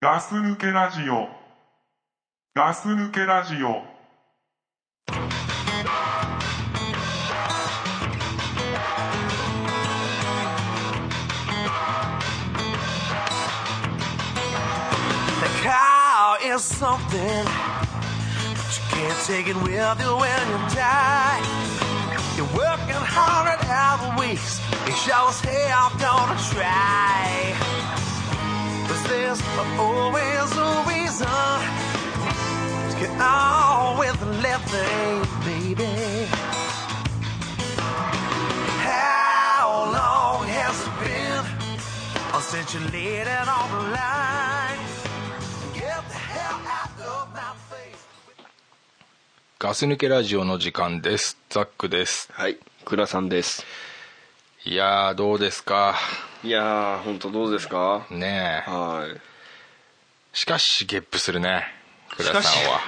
ガス抜けラジオ。ガス抜けラジオ。 The car is something that you can't take it with you when you die. You're working hard at other weeks. It shows hey, I'm gonna try. But there's always a reason to get on with living, baby. How long has it been since you laid it on the line? Get the hell out of my face. ガス抜けラジオの時間です。ザックです。はい、倉さんです。いやー、どうですか。いやー、本当どうですか。ねえ。はい。しかし、ゲップするね。倉さんしかしは。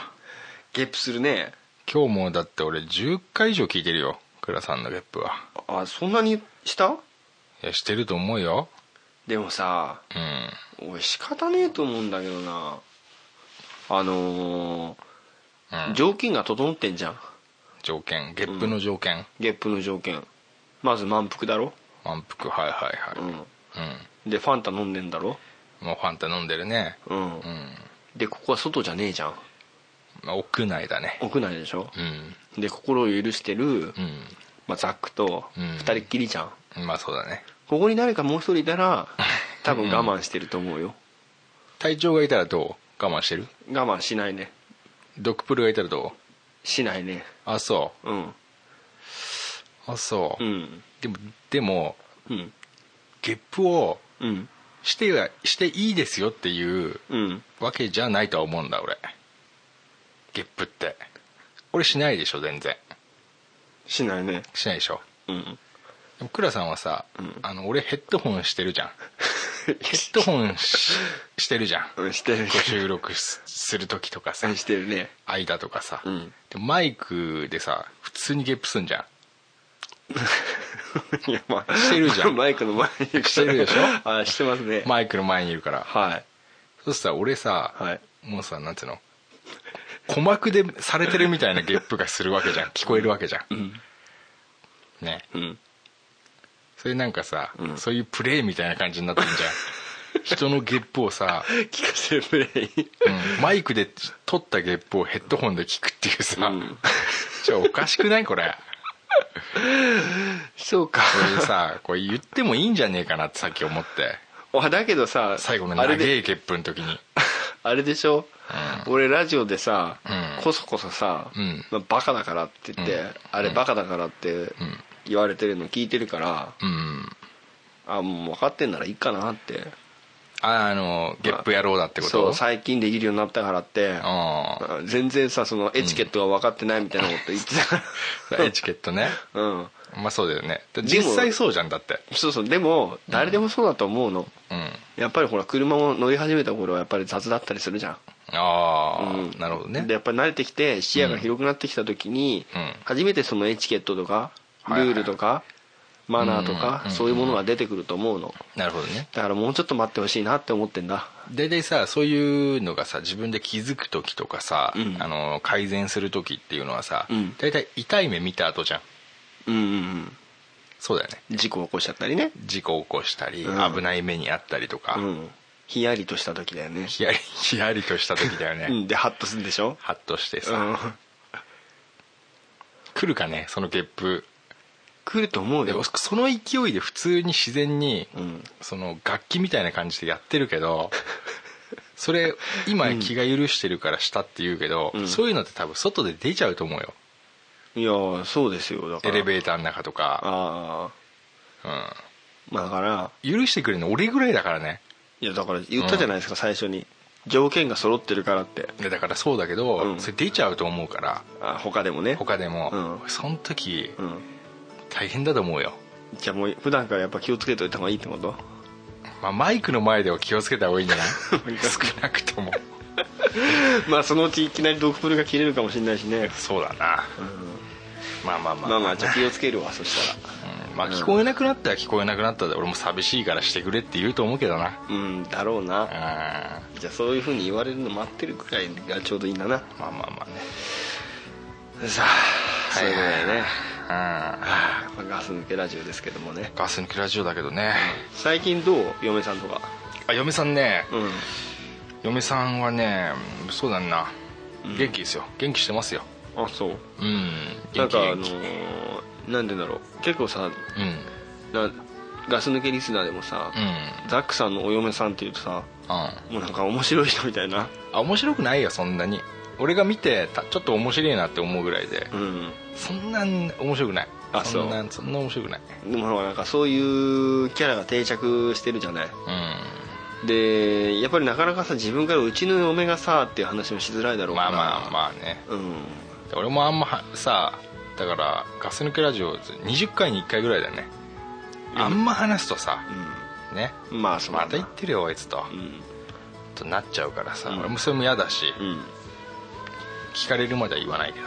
ゲップするね。今日もだって俺10回以上聞いてるよ。倉さんのゲップは。あ、そんなにした？いや、してると思うよ。でもさ、うん。俺仕方ねえと思うんだけどな。あのーうん条件が整ってんじゃん。条件。ゲップの条件。ゲップの条件。まず満腹だろ。満腹、はいはいはい。うん。でファンタ飲んでんだろ。もうファンタ飲んでるね。ううん。ん。でここは外じゃねえじゃん。まあ、屋内だね。屋内でしょ。うん。で心を許してる、うまあ、ザックとうん二人っきりじゃん。ん。まあそうだね。ここに誰かもう一人いたら多分我慢してると思うよ。体調がいたらどう我慢してる我慢しないね。ドクプルがいたらどうしないねあ、そうんう。あ、そう。うんでも、でも、うんゲップをうんしてはしていいですよっていううんわけじゃないとは思うんだ俺ゲップって俺しないでしょ全然しないねしないでしょうんでも倉さんはさ、んあの俺ヘッドホンしてるじ ゃんヘッドホンししてるじゃんうん してるご収録すする時とかさしてるね間とかさ、うんでマイクでさ普通にゲップすんじゃんいやまあしてるじゃん マイクの前にしてるでしょ あしてますねマイクの前にいるからはいそしたら俺さ、はいもうさなんていうの鼓膜でされてるみたいなゲップがするわけじゃ ん聞こえるわけじゃん、ねうんそれなんかさ、んそういうプレイみたいな感じになってんじゃん人のゲップを さ、聞かせるプレ イうんマイクで取ったゲップをヘッドホンで聞くっていうさ、ちょおかしくないこれそうかこれさこれ言ってもいいんじゃねえかなってさっき思ってあだけどさ最後のあ長れいでゲップの時に あれでしょ俺ラジオでさうんこそこそさうんまあバカだからって言ってうんあれバカだからって言われてるの聞いてるからうんあもう分かってんならいいかなってああのゲップ野郎だってことそう最近できるようになったからってうあ全然さそのエチケットが分かってないみたいなこと言ってたかんエチケットね らうんまあそうだよねででも実際そうじゃんだってそうそうでも誰でもそうだと思うのうんやっぱりほら車も乗り始めた頃はやっぱり雑だったりするじゃんああ、うんなるほどねでやっぱり慣れてきて視野が広くなってきた時にうん初めてそのエチケットとかルはいはいールとかマナーとうんうんうんかうんそういうものが出てくると思うのなるほどねだからもうちょっと待ってほしいなって思ってんだ大体さそういうのがさ自分で気づく時とかさ、うんあの改善する時っていうのはさ、うん大体痛い目見た後じゃんうんうんそうだよねうん事故起こしちゃったりね事故起こしたり、うん危ない目にあったりとか、うんひやりとした時だよねひ やりひやりとした時だよね、うんでハッとするでしょハッとしてさ、うん来るかねそのゲップ来ると思うでよその勢いで普通に自然に、うんその楽器みたいな感じでやってるけ どそれ今気が許してるからしたって言うけど、うんそういうのって多分外で出ちゃうと思うよいやーそうですよだかエらレベーターの中とか、ああうん、まあだから許してくれるの俺ぐらいだからねいやだから言ったじゃないですか、最初に条件が揃ってるからってでだからそうだけど、うんそれ出ちゃうと思うからあ他でもね他でも、うその時うん大変だと思うよ、じゃあもう普段からやっぱ気をつけといた方がいいってこと まあ、マイクの前では気をつけた方がいいんじゃない少なくともまあそのうちいきなりドクプルが切れるかもしれないしねそうだな、まあまあまあまあまあじゃあ気をつけるわそしたらうんまあ聞こえなくなったら聞こえなくなったで俺も寂しいからしてくれって言うと思うけどなうんだろううんなまじゃあそういうふうに言われるの待ってるくらいがちょうどいいんだなあまあまあねさあそういうことだよねうんはあまあガス抜けラジオですけどもねガス抜きラジオだけどね最近どう嫁さんとかあ嫁さんねうん嫁さんはねそうだなうん元気ですよ元気してますよあそううんな元ん気かあの元気ーなんでだろう結構さうんうんなガス抜けリスナーでもさ、ザックさんのお嫁さんっていうとさうんもうなんか面白い人みたいなあ面白くないよそんなに俺が見てたちょっと面白いなって思うぐらいでうんそんなに面白くないあそうんなそんな面白くないでもほらなんかそういうキャラが定着してるじゃないでやっぱりなかなかさ自分からうちの嫁がさっていう話もしづらいだうろんうまからあまあまあねあうん俺もあんまはさだからガス抜けラジオ20回に1回ぐらいだよねあんま話すとさねうんまあそうまだたな言ってるよあいつとうんとなっちゃうからさうん俺もそれも嫌だしうん聞かれるまでは言わないけど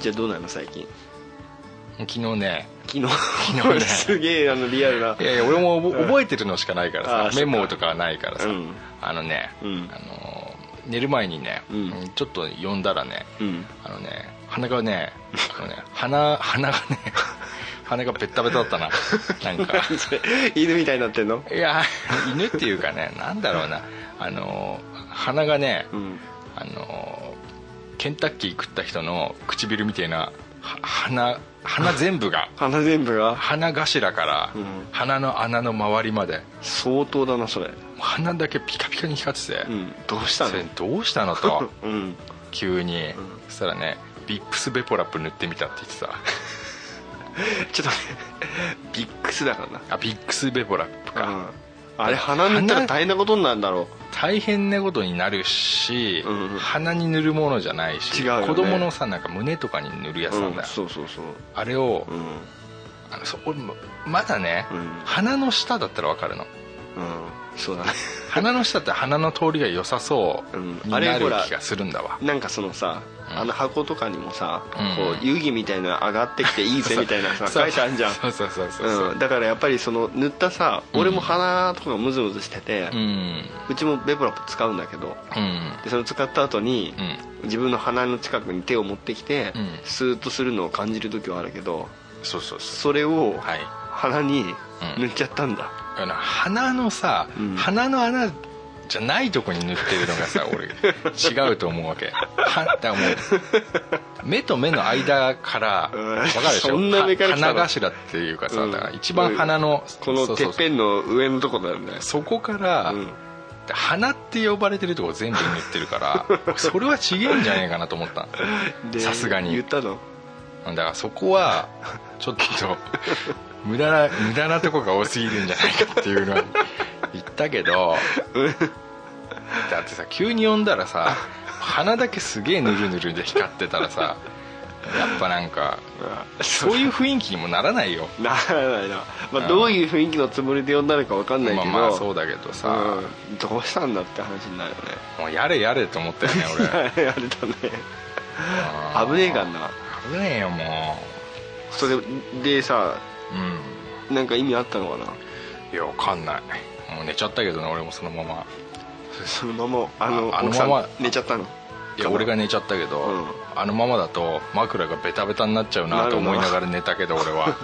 じゃあどうなの最近昨日ね昨日昨日ね すげえあのリアルないやいや俺も覚覚えてるのしかないかあらーさそっメかモとかはないからさうんあのねあうんの寝る前にねうんちょっと呼んだらねうんあのね鼻がねあのね鼻鼻がね 鼻がベッタベタだったななんかそれ犬みたいになってんのいや犬っていうかねなんだろうなあの鼻がねうんあのケンタッキー食った人の唇みたいなは鼻鼻全部が鼻全部が鼻頭からうん鼻の穴の周りまで相当だなそれ鼻だけピカピカに光ってて、うんどうしたそれのどうしたの とうん急に、そしたらねビックスベポラップ塗ってみたって言ってさちょっ とねビックスだからなあビックスベポラップか、うんあれ鼻塗ったら大変なことになるんだろ大変なことになるし、うんうん鼻に塗るものじゃないし違うよね子供のさなんか胸とかに塗るやう、つなんうだん、よ、そうそうそうあれを、うんあのそう俺もまだね、うん鼻の下だったらわかるのうんそうだね鼻の下って鼻の通りが良さそううんにあれなるほら気がするんだわ、なんかそのさあの箱とかにもさ、うんこう湯気みたいなの上がってきていいぜみたい なさそう書いてあるじゃんそうそうそうそうそううん、だからやっぱりその塗ったさ俺も鼻とかムズムズしてて、ううんちもベプラップ使うんだけどうんでそれ使った後に、うん自分の鼻の近くに手を持ってきて、うんスーッとするのを感じる時はあるけどそうそうそそれをうはい鼻に塗っちゃったんだ、あの鼻のさ、うん鼻の穴じゃないとこに塗ってるのが さ俺違うと思うわけはだからもう目と目の間からうん分かるでしょそんな目から来たの鼻頭っていうかさ、うんだから一番鼻の、このてっぺんんの上のとこなんだよそこから、うん鼻って呼ばれてるとこ全部塗ってるからそれは違えんじゃねえかなと思った でさすがに言ったのだからそこ はちょっと無駄な無駄なとこが多すぎるんじゃないかっていうのは言ったけどだってさ急に呼んだらさ鼻だけすげえぬるぬるで光ってたらさやっぱなんかそういう雰囲気にもならないよならないな、まうあ、んどういう雰囲気のつもりで呼んだのか分かんないまけあど、まあそうだけどさ、うんどうしたんだって話 になるよねもうやれやれと思ったよね あれだね危ねえからな俺危ねえよもそれでさううんなんか意味あったのかないやわかんないもう寝ちゃったけどね俺もそのままそのままあのああの奥さんまま寝ちゃったのいや俺が寝ちゃったけど、うんあのままだと枕がベタベタになっちゃうなと思いながら寝たけど俺は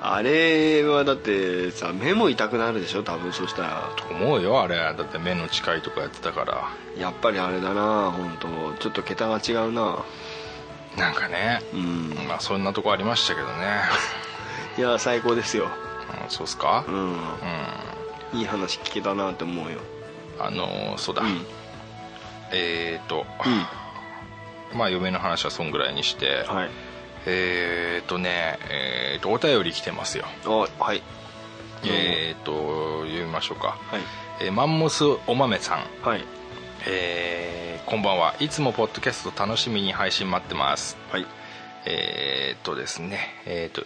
あれはだってさ目も痛くなるでしょ多分そしたら思うよあれだって目の近いとかやってたからやっぱりあれだな本当ちょっと桁が違うななんかね、うんまあそんなとこありましたけどね、いや最高ですようん、そうっすか、ううんんいい話聞けたなって思うよあのーそうだ、うんえっ、ー、と、うまあ嫁の話はそんぐらいにして、んはいえっ、ー、とねえっ、とお便り来てますよあはいえっ、ー、と読みましょうか、はいえーマンモスお豆さんはいえーこんばんはいつもポッドキャスト楽しみに配信待ってますはいえーっとですねえーっと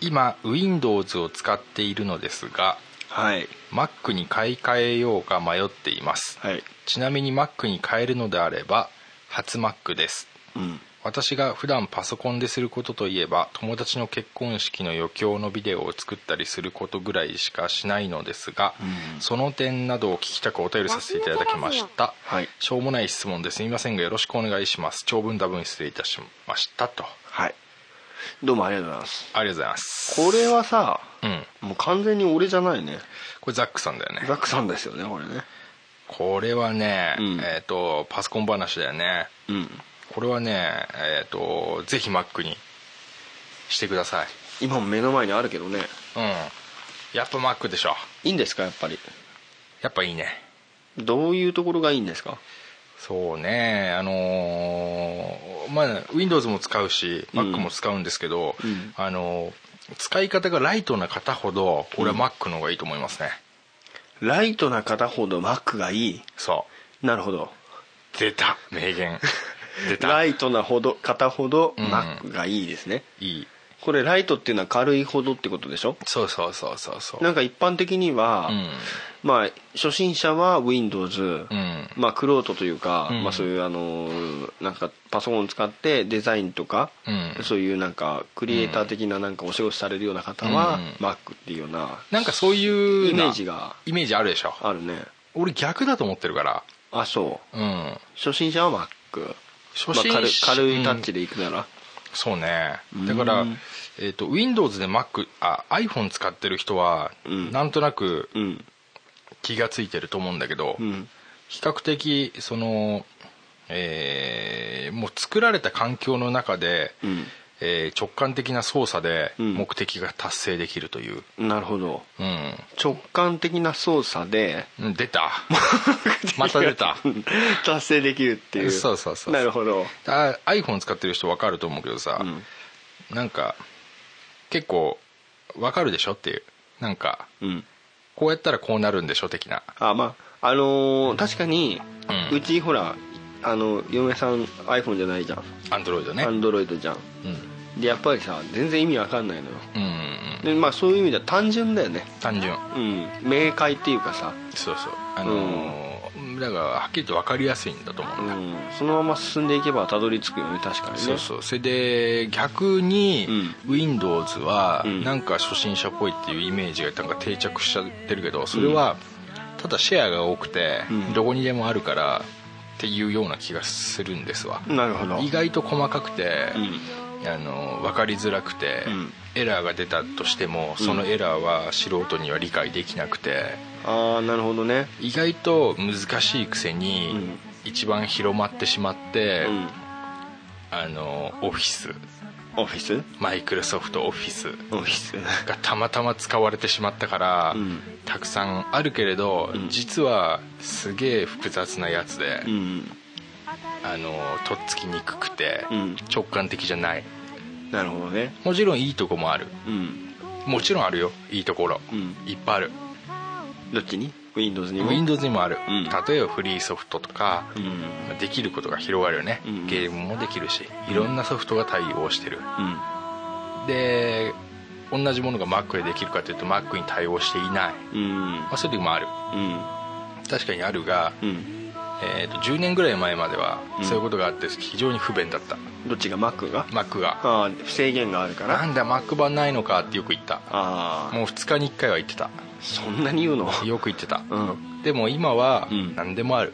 今 Windows を使っているのですがはい Mac に買い替えようか迷っていますはいちなみに Mac に変えるのであれば初 Mac ですうん私が普段パソコンですることといえば友達の結婚式の余興のビデオを作ったりすることぐらいしかしないのですが、その点などを聞きたくお便りさせていただきました、はいしょうもない質問ですみませんがよろしくお願いします長文多分失礼いたしましたとはいどうもありがとうございますありがとうございますこれはさうんもう完全に俺じゃないねこれザックさんだよねザックさんですよねこれねこれはね、うんえっ、とパソコン話だよねうんこれはねえっ、とぜひ Mac にしてください今も目の前にあるけどうねんやっぱ Mac でしょいいんですかやっぱりやっぱいいねどういうところがいいんですかそうねあのーまあ Windows も使うし Mac も使うんですけど、うんあのー使い方がライトな方ほど俺は Mac の方がいいと思いますね、ライトな方ほど Mac がいいそなるほどう出た名 言出たラいイトなほど方ほどうん Mac がいいですね、いこれライトっていうのは軽いほどってことでしょそうそうそうそうそうなんか一般的には、うんまあ初心者は Windows、うんまあクロートというか、うんまあそういうあのーなんかパソコンを使ってデザインとか、うんそういうなんかクリエイター的ななんかお仕事されるような方は、うん Mac っていうようななんかそういうイメージがイメージあるでしょあるね俺逆だと思ってるからあそううん初心者は Mac 初心者まあ軽軽いタッチでいくなら、そうねうんだから、えー、と Windows で Mac あ iPhone 使ってる人は、うんなんとなくうん気がついてると思うんだけど、うん比較的そのえーもう作られた環境の中で、うえー直感的な操作でうん目的が達成できるという、んなるほどうん直感的な操作でうん、出 た また出た達成できるっていうそうそうそうなるほどあ iPhone 使ってる人分かると思うけどさ、うんなんか結構わかるでしょっていうなんかうんこうやったらこうなるんでしょ的なあまああのー確かに、ううんちほらあの嫁さん iPhone じゃないじゃんアンドロイドねアンドロイドじゃんうん、でやっぱりさ全然意味わかんないのようんうん、でまあそういう意味では単純だよね単純うん明快っていうかさ、そうそうあのーだからはっきりと分かりやすいんだと思ううんだ、ん、そのまま進んでいけばたどり着くよね確かにねそうそうそれで逆にう Windows はうんなんか初心者っぽいっていうイメージがなんか定着しちゃってるけどそれはただシェアが多くてうんどこにでもあるからっていうような気がするんですわなるほど意外と細かくて、うんあの分かりづらくて、うんエラーが出たとしてもそのエラーは素人には理解できなくてああなるほどね意外と難しいくせに、うん一番広まってしまって、うんあのオフィスオフィスマイクロソフトオフィスオフィスがたまたま使われてしまったから、うんたくさんあるけれど、うん実はすげえ複雑なやつで、うんあのとっつきにくくて、うん直感的じゃないなるほどねもちろんいいとこもあるうんもちろんあるよいいところ、うんいっぱいあるどっちに Windows にも Windows にもある、うん例えばフリーソフトとか、うんできることが広がるよね、うんゲームもできるしいろんなソフトが対応してるうんで同じものが Mac でできるかというと Mac に対応していない、うんまあ、そういう時もあるうん確かにあるが、うんえー、と10年ぐらい前まではうんそういうことがあって非常に不便だったどっちが Mac が Mac がああ制限があるかならんだ Mac 版ないのかってよく言ったああもう2日に1回は言ってたそんなに言うのよく言ってた、うんでも今はうん何でもある、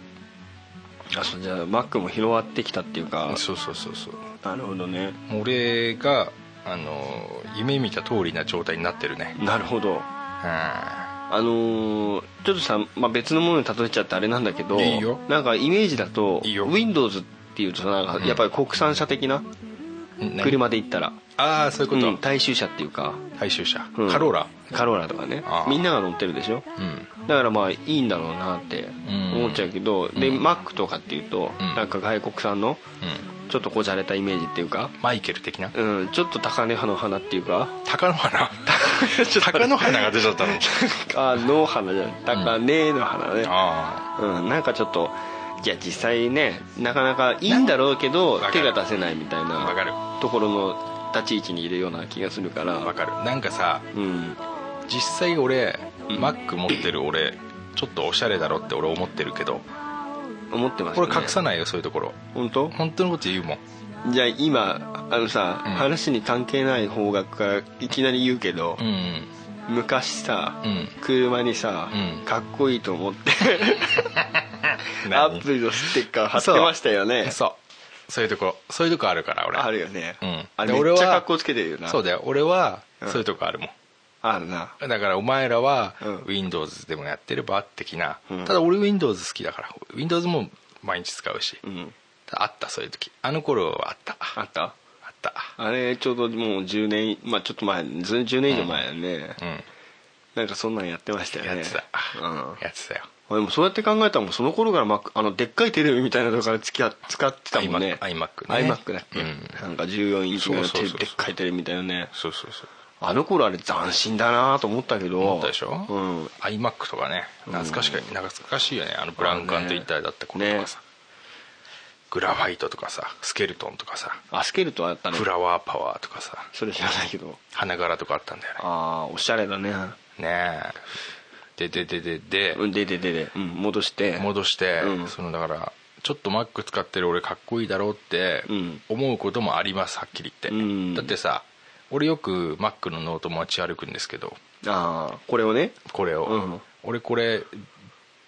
あそうじゃあ Mac も広がってきたっていうかそうそうそうそうなるほどね俺があの夢見た通りな状態になってるねなるほどうあのーちょっとさ、まあ、別のものに例えちゃってあれなんだけどいいよなんかイメージだといいよ Windows っていうとさなんかやっぱり国産車的な、ん何車で行ったら、ああそういううこと、ん、大衆車っていうか、大衆車、うんカローラカローラとかねああみんなが乗ってるでしょうんだからまあいいんだろうなって思っちゃうけど、でうん Mac とかっていうと、うんなんか外国産のうんちょっとこじゃれたイメージっていうか、マイケル的なうん、ちょっと高根派の花っていう か鷹の 花鷹の花が出ちゃったのあの花じゃない高根の花ね、あうん、なんかちょっといや実際ねなかなかいいんだろうけなどんか手が出せないみたいあわなかるところの立ち位置にいるような気がするからわかるなんかさうん実際俺ん Mac 持ってる俺ちょっとおしゃれだろって俺思ってるけど思ってますよ俺ね隠さないよそういうところ本当本当のこと言うもんじゃあ今あのさ、うん話に関係ない方角からいきなり言うけどう、ん昔さ、うん車にさ、うんかっこいいと思って 何アップルのステッカー貼ってましたよねそうそういうとこそういうとこあるから俺あるよね、うんあでれ俺めっはちゃかっこつけてるよなそうだよ俺はうんそういうとこあるもん、あるなだからお前らはうん Windows でもやってれば的な、うんただ俺 Windows 好きだから Windows も毎日使うし、うんあったそういう時あの頃はあったあったあったあれちょうどもう10年まあちょっと前ず10年以上前やね、うんなんかそんなんやってましたよやっねてた、うんやってたよ俺もそうやって考えたらもうその頃からマックあのでっかいテレビみたいなとこから付き合使ってたもんね iMac ね iMac だっけ、うんなんか14インチのそうそうそうそうでっかいテレビみたいなねそうそうそうあの頃あれ斬新だなと思ったけど思ったでしょ、うん iMac とかね懐かしか、懐かしいよねあのブラウン管と一体だった頃とかさ、ねグラファイトとかさスケルトンとかさあスケルトあったねフラワーパワーとかさそれ知らないけど花柄とかあったんだよねああおしゃれだねねえででででで、うんでででで、うん、戻して戻して、うんそのだからちょっと Mac 使ってる俺かっこいいだろうってうん思うこともありますはっきり言って、うんだってさ俺よく Mac のノート持ち歩くんですけどああこれをねこれを、うん俺これ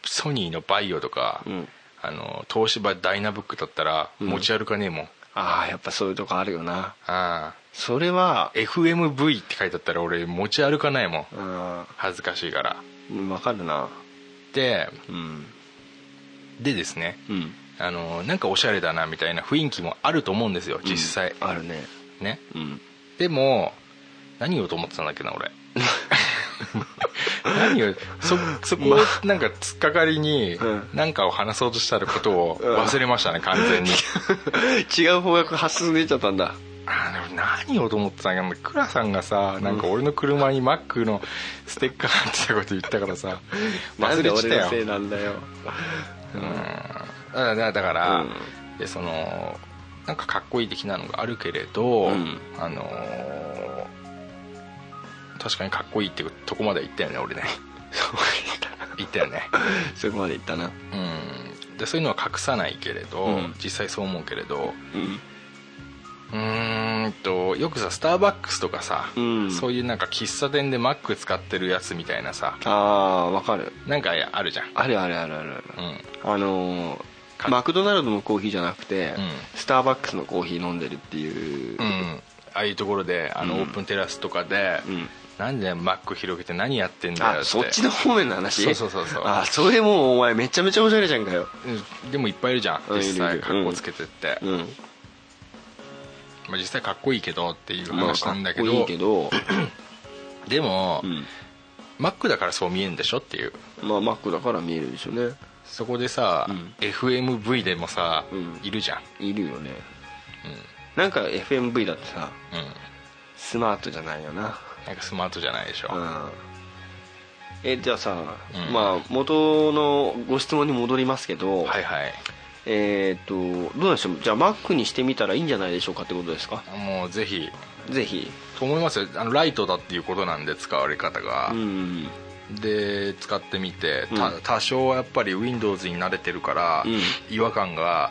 ソニーのバイオとか、うんあの東芝ダイナブックだったら持ち歩かねえもん、ああやっぱそういうとこあるよなああそれは FMV って書いてあったら俺持ち歩かないもんうん恥ずかしいから分かるなでうんでですねうんあのなんかおしゃれだなみたいな雰囲気もあると思うんですよ実際、うんあるねね うんでも何言おうと思ってたんだっけな 俺何をそそこをなんか突っかかりにうん何かを話そうとしたることを忘れましたね完全に違う方角発進出ちゃったんだあーでも何をと思ってたんだっけなクラさんがさなんか俺の車にマックのステッカー貼ってたこと言ったからさ忘れなんてで俺のたせいよなんだよだからだから、うんでそのなんかかっこいい的なのがあるけれど、うんあのー確かにかっこいいってとこまでは言ったよね俺ね言ったよねそこまでいったなうんでそういうのは隠さないけれど、うん実際そう思うけれどうんうーんとよくさスターバックスとかさ、うんそういうなんか喫茶店でマック使ってるやつみたいなさああ分かるなんかあるじゃんあるあるあるあるあるうんあのーかマクドナルドのコーヒーじゃなくて、うんスターバックスのコーヒー飲んでるっていう、うんああいうところであのうんオープンテラスとかで、うんなんでマック広げて何やってんだよってあそっちの方面の話そうそうそうそうあそれもうお前めちゃめちゃおしゃれじゃんかようんでもいっぱいいるじゃんうん実いるい際る格好つけてって、うんまあ、実際かっこいいけどっていうまあ話かなっんだけこど,、いいけど、でも、うんマックだからそう見えるんでしょっていうまあマックだから見えるでしょうねそこでさ、うん FMV でもさ、うんいるじゃん、いるよね、なんか FMV だってさうん、スマートじゃないよななんかスマートじゃないでしょ、うんえじゃあさ、うんまあ元のご質問に戻りますけど、はいはいえっ、とどうなんでしょうじゃあマックにしてみたらいいんじゃないでしょうかってことですかもうぜひぜひと思いますよあのライトだっていうことなんで使われ方がう、んで使ってみて、たうん多少はやっぱり Windows に慣れてるから、うん違和感が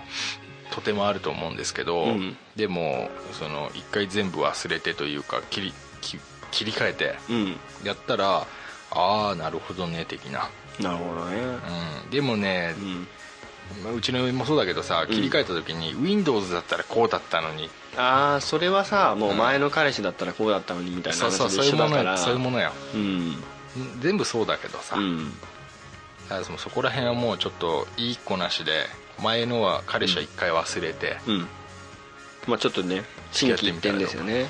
とてもあると思うんですけど、うんでもその一回全部忘れてというか切りき切り替えてうんやったらああなるほどね的な、なるほどねうん、でもね、うんまあうちの嫁もそうだけどさ切り替えた時に Windows だったらこうだったのに、ああそれはさもう前の彼氏だったらこうだったのにみたいなそう話そうとそうい一うも緒だのからよそういうものようんん全部そうだけどさ、うんだからそのそこら辺はもうちょっといい子なしで前のは彼氏は一回忘れて、うんまあちょっとね新規一点ですよね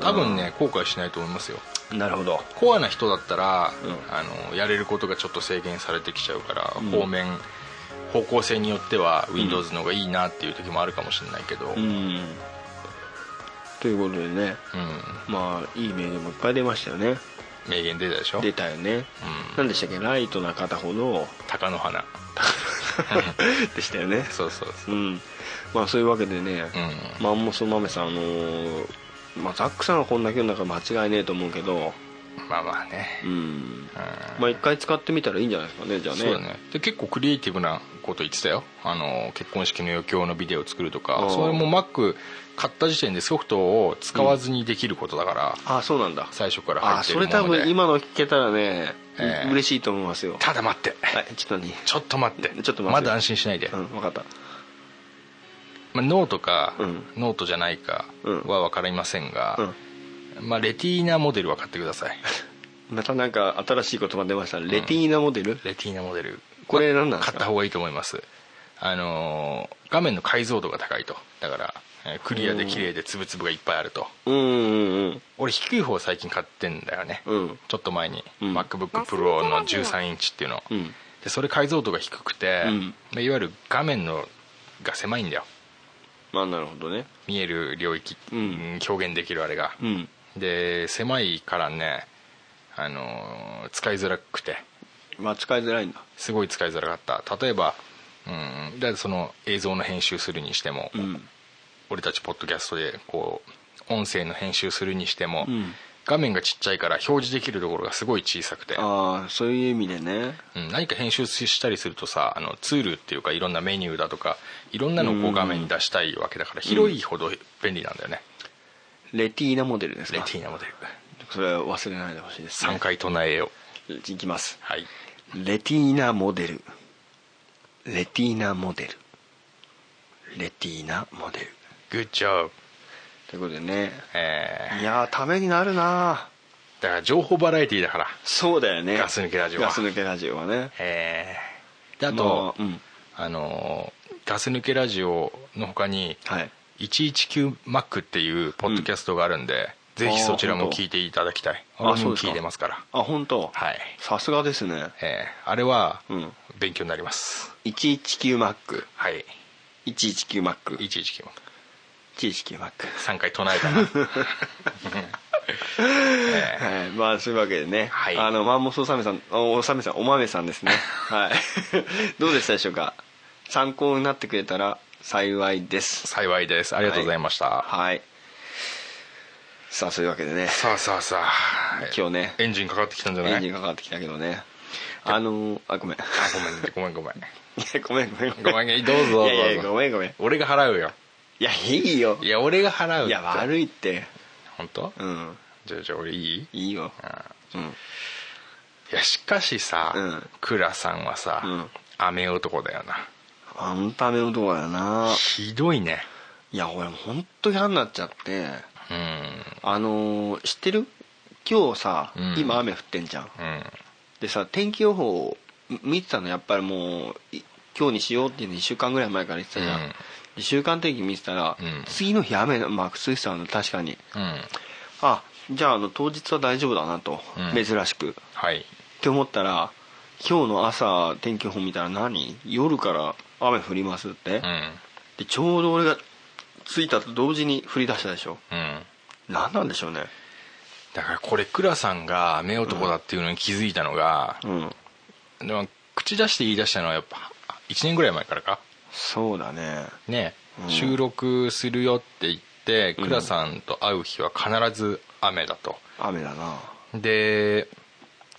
うん多分ね後悔しないと思いますよなるほどコアな人だったら、うんあのやれることがちょっと制限されてきちゃうから、ん方面方向性によっては Windows の方がいいなっていう時もあるかもしれないけど、ううんんということでねまあいい名言もいっぱい出ましたよね名言出たでしょ出たよね、うんなんでしたっけライトな方ほ ど鷹の花でしたよねそうそうそううんまあそういうわけでね、うマンモス豆さんあのーまあ、ザックさんはこんだけの中間違いねえと思うけどんまあまあねうんまあ一回使ってみたらいいんじゃないですかねじゃあねそうだねで結構クリエイティブなこと言ってたよあの結婚式の余興のビデオを作るとあかーそれも Mac 買った時点でソフトを使わずにできることだから、あそうなんだ最初から入あってそるれ多もので分今の聞けたらね、ええう嬉しいと思いますよただ待ってはいちょっと何ちょっと待ってちょっと待ってまだ安心しないで、うん分かったまあ、ノートか、うんノートじゃないかうんは分かりませんが、まあ、レティーナモデルは買ってくだ さいまたなんか新しい言葉出ましたねレティーナモデル、レティーナモデルこれ何なんです買かった方がいいと思いますあのー画面の解像度が高いとだからえークリアで綺麗で粒々がいっぱいあるとうんうん俺低い方最近買ってんだよね、うんちょっと前に、うん MacBookPro の13インチっていうの、うんでそれ解像度が低くて、うんまあいわゆる画面のが狭いんだよまあなるほどね見える領域、うん表現できるあれが、うんで狭いからねあのー使いづらくてまあ使いづらいんだすごい使いづらかった例えばうんだからその映像の編集するにしても、うん俺たちポッドキャストでこう音声の編集するにしても、うん画面がちっちゃいから表示できるところがすごい小さくて、ああそういう意味でねうん、何か編集したりするとさあのツールっていうかいろんなメニューだとかいろんなのをこう画面に出したいわけだから広いほど便利なんだよね、レティーナモデルですかレティーナモデルそれは忘れないでほしいです、 3回唱えよいきますうはいレティーナモデルレティーナモデルレティーナモデル Good job ということでねえーいやーためになるなだから情報バラエティーだからそうだよねガス抜けラジオはガス抜けラジオはねえーであと、まあうんあのーガス抜けラジオの他にはい119マックっていうポッドキャストがあるんで、ぜひそちらも聞いていただきたいあ俺そもうですか聞いてますからあ本当。はいさすがですねえーあれはうん勉強になります、 119マックはい119マック119マック119マック3回唱えた なはい、まあそういうわけでね、はいあのマンモスおさめさんおおさめさんお豆さ んですねはい どうでしたでしょうか参考になってくれたら幸いです幸いですありがとうございました、はいさあそういうわけでねさあさあさあ今日ねエンジンかかってきたんじゃないエンジンかかってきたけどねあのあごめんいあごめんねごめんごめんや ごめんごめんごめんどうぞどうぞいやいやごめんごめんい俺が払うよやいいよいや俺が払うっていや悪いって本当、うんじゃあじゃあ俺いいいいようんいやしかしさ、うんクラさんはさ、うん雨男だよなあんためのとこだよなひどいねいや俺ほんと嫌になっちゃってうんあのー知ってる今日さ、うん今雨降ってんじゃんうんでさ天気予報をみ見てたのやっぱりもうい今日にしようっていうの1週間ぐらい前から言ってたじゃん、うん一週間天気見てたら、うん次の日雨のマークついてたの確かにうんあじゃああの当日は大丈夫だなと、うん珍しくっはいて思ったら今日の朝天気予報見たら何夜から雨降りますって、うんでちょうど俺が着いたと同時に降り出したでしょうん何なんでしょうねだからこれクラさんが雨男だっていうのに気づいたのがう、んでも口出して言い出したのはやっぱ1年ぐらい前からかそうだねね、うん収録するよって言ってうんクラさんと会う日は必ず雨だと、雨だなで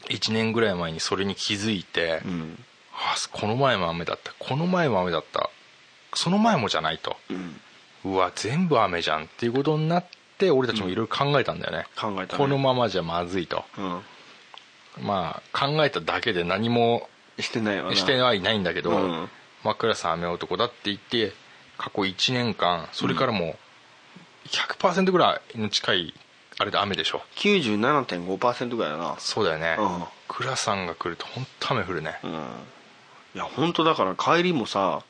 1年ぐらい前にそれに気づいて、うんあこの前も雨だったこの前も雨だったその前もじゃないとうんうわ全部雨じゃんっていうことになって俺たちもいろいろ考えたんだよね、考えたねこのままじゃまずいとうんまあ考えただけで何もしてないわなしてはいないんだけど、うんマクラさん雨男だって言って過去1年間それからもう100%ぐらいの近いあれで雨でしょ97.5%ぐらいだなそうだよね、うんクラさんが来ると本当雨降るねうんいや本当だから帰りもさ、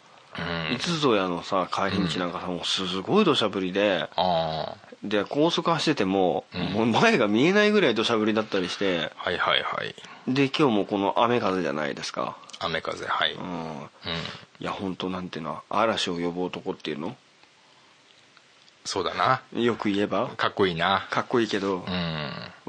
うんいつぞやのさ帰り道なんかさ、もうすごい土砂降りでああで高速走ってても、もう前が見えないぐらい土砂降りだったりしてはいはいはいで今日もこの雨風じゃないですか雨風はい、ううんんいや本当なんていうの嵐を呼ぶ男っていうのそうだなよく言えばかっこいいなかっこいいけど、うん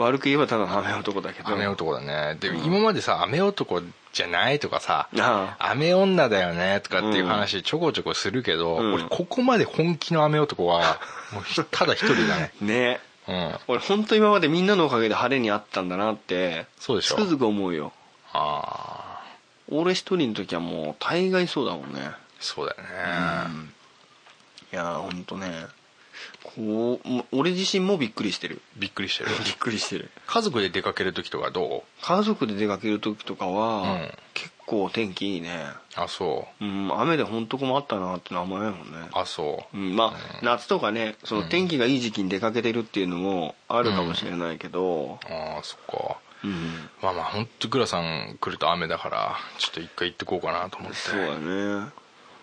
悪く言えばただの雨男だけど雨男だねで、今までさ雨男じゃないとかさああ雨女だよねとかっていう話ちょこちょこするけど、うん 俺ここまで本気の雨男はもうひただ一人だねねうん俺本当今までみんなのおかげで晴れにあったんだなってそうでしょつくづく思うよああ俺一人の時はもう大概そうだもんねそうだよねうんいやーほんとねこうも俺自身もびっくりしてるびっくりしてる びっくりしてる家族で出かける時とかど家族で出かける時とかは、うん結構天気いいねうあそううん雨で本当困ったなってのはあんまないもんねあそうう、ん、まあ、夏とかねその天気がいい時期に出かけてるっていうのもあるかもしれないけど、ああそっかうんまあまあ本当グラさん来ると雨だからちょっと一回行ってこうかなと思ってそうだね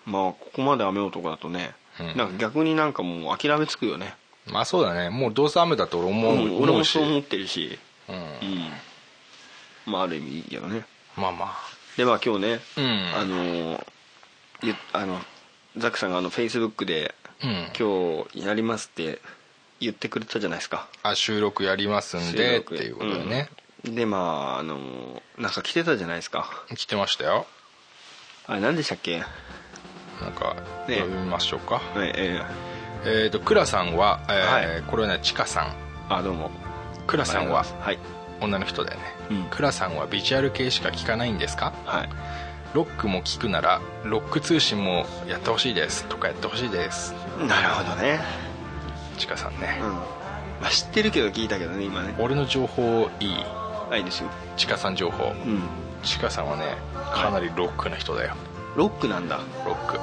まあここまで雨男だとね、うんなんか逆になんかもう諦めつくよね、まあそうだねもうどうせ雨だと俺思う,、うん俺思もうしそう思ってるし、うんうん、まあある意味いいけどねまあまあでまあ今日ね、うんあのゆあのザックさんがあのフェイスブックでうん今日やりますって言ってくれたじゃないですかあ収録やりますんでっていうことでね、、うんでまああのなんか来てたじゃないですか来てましたよあれ何でしたっけなんかね読みましょうか、えええっ、と倉さんは、えーはいこれはねちかさんあどうも倉さんははい女の人だよねうん倉、さんはビジュアル系しか聞かないんですかはいロックも聞くならロック通信もやってほしいですとかやってほしいですなるほどねちかさんねうん、、まあ、知ってるけど聞いたけどね今ね俺の情報いいはいですよちかさん情報うんちかさんはねかなりロックな人だよロックなんだロック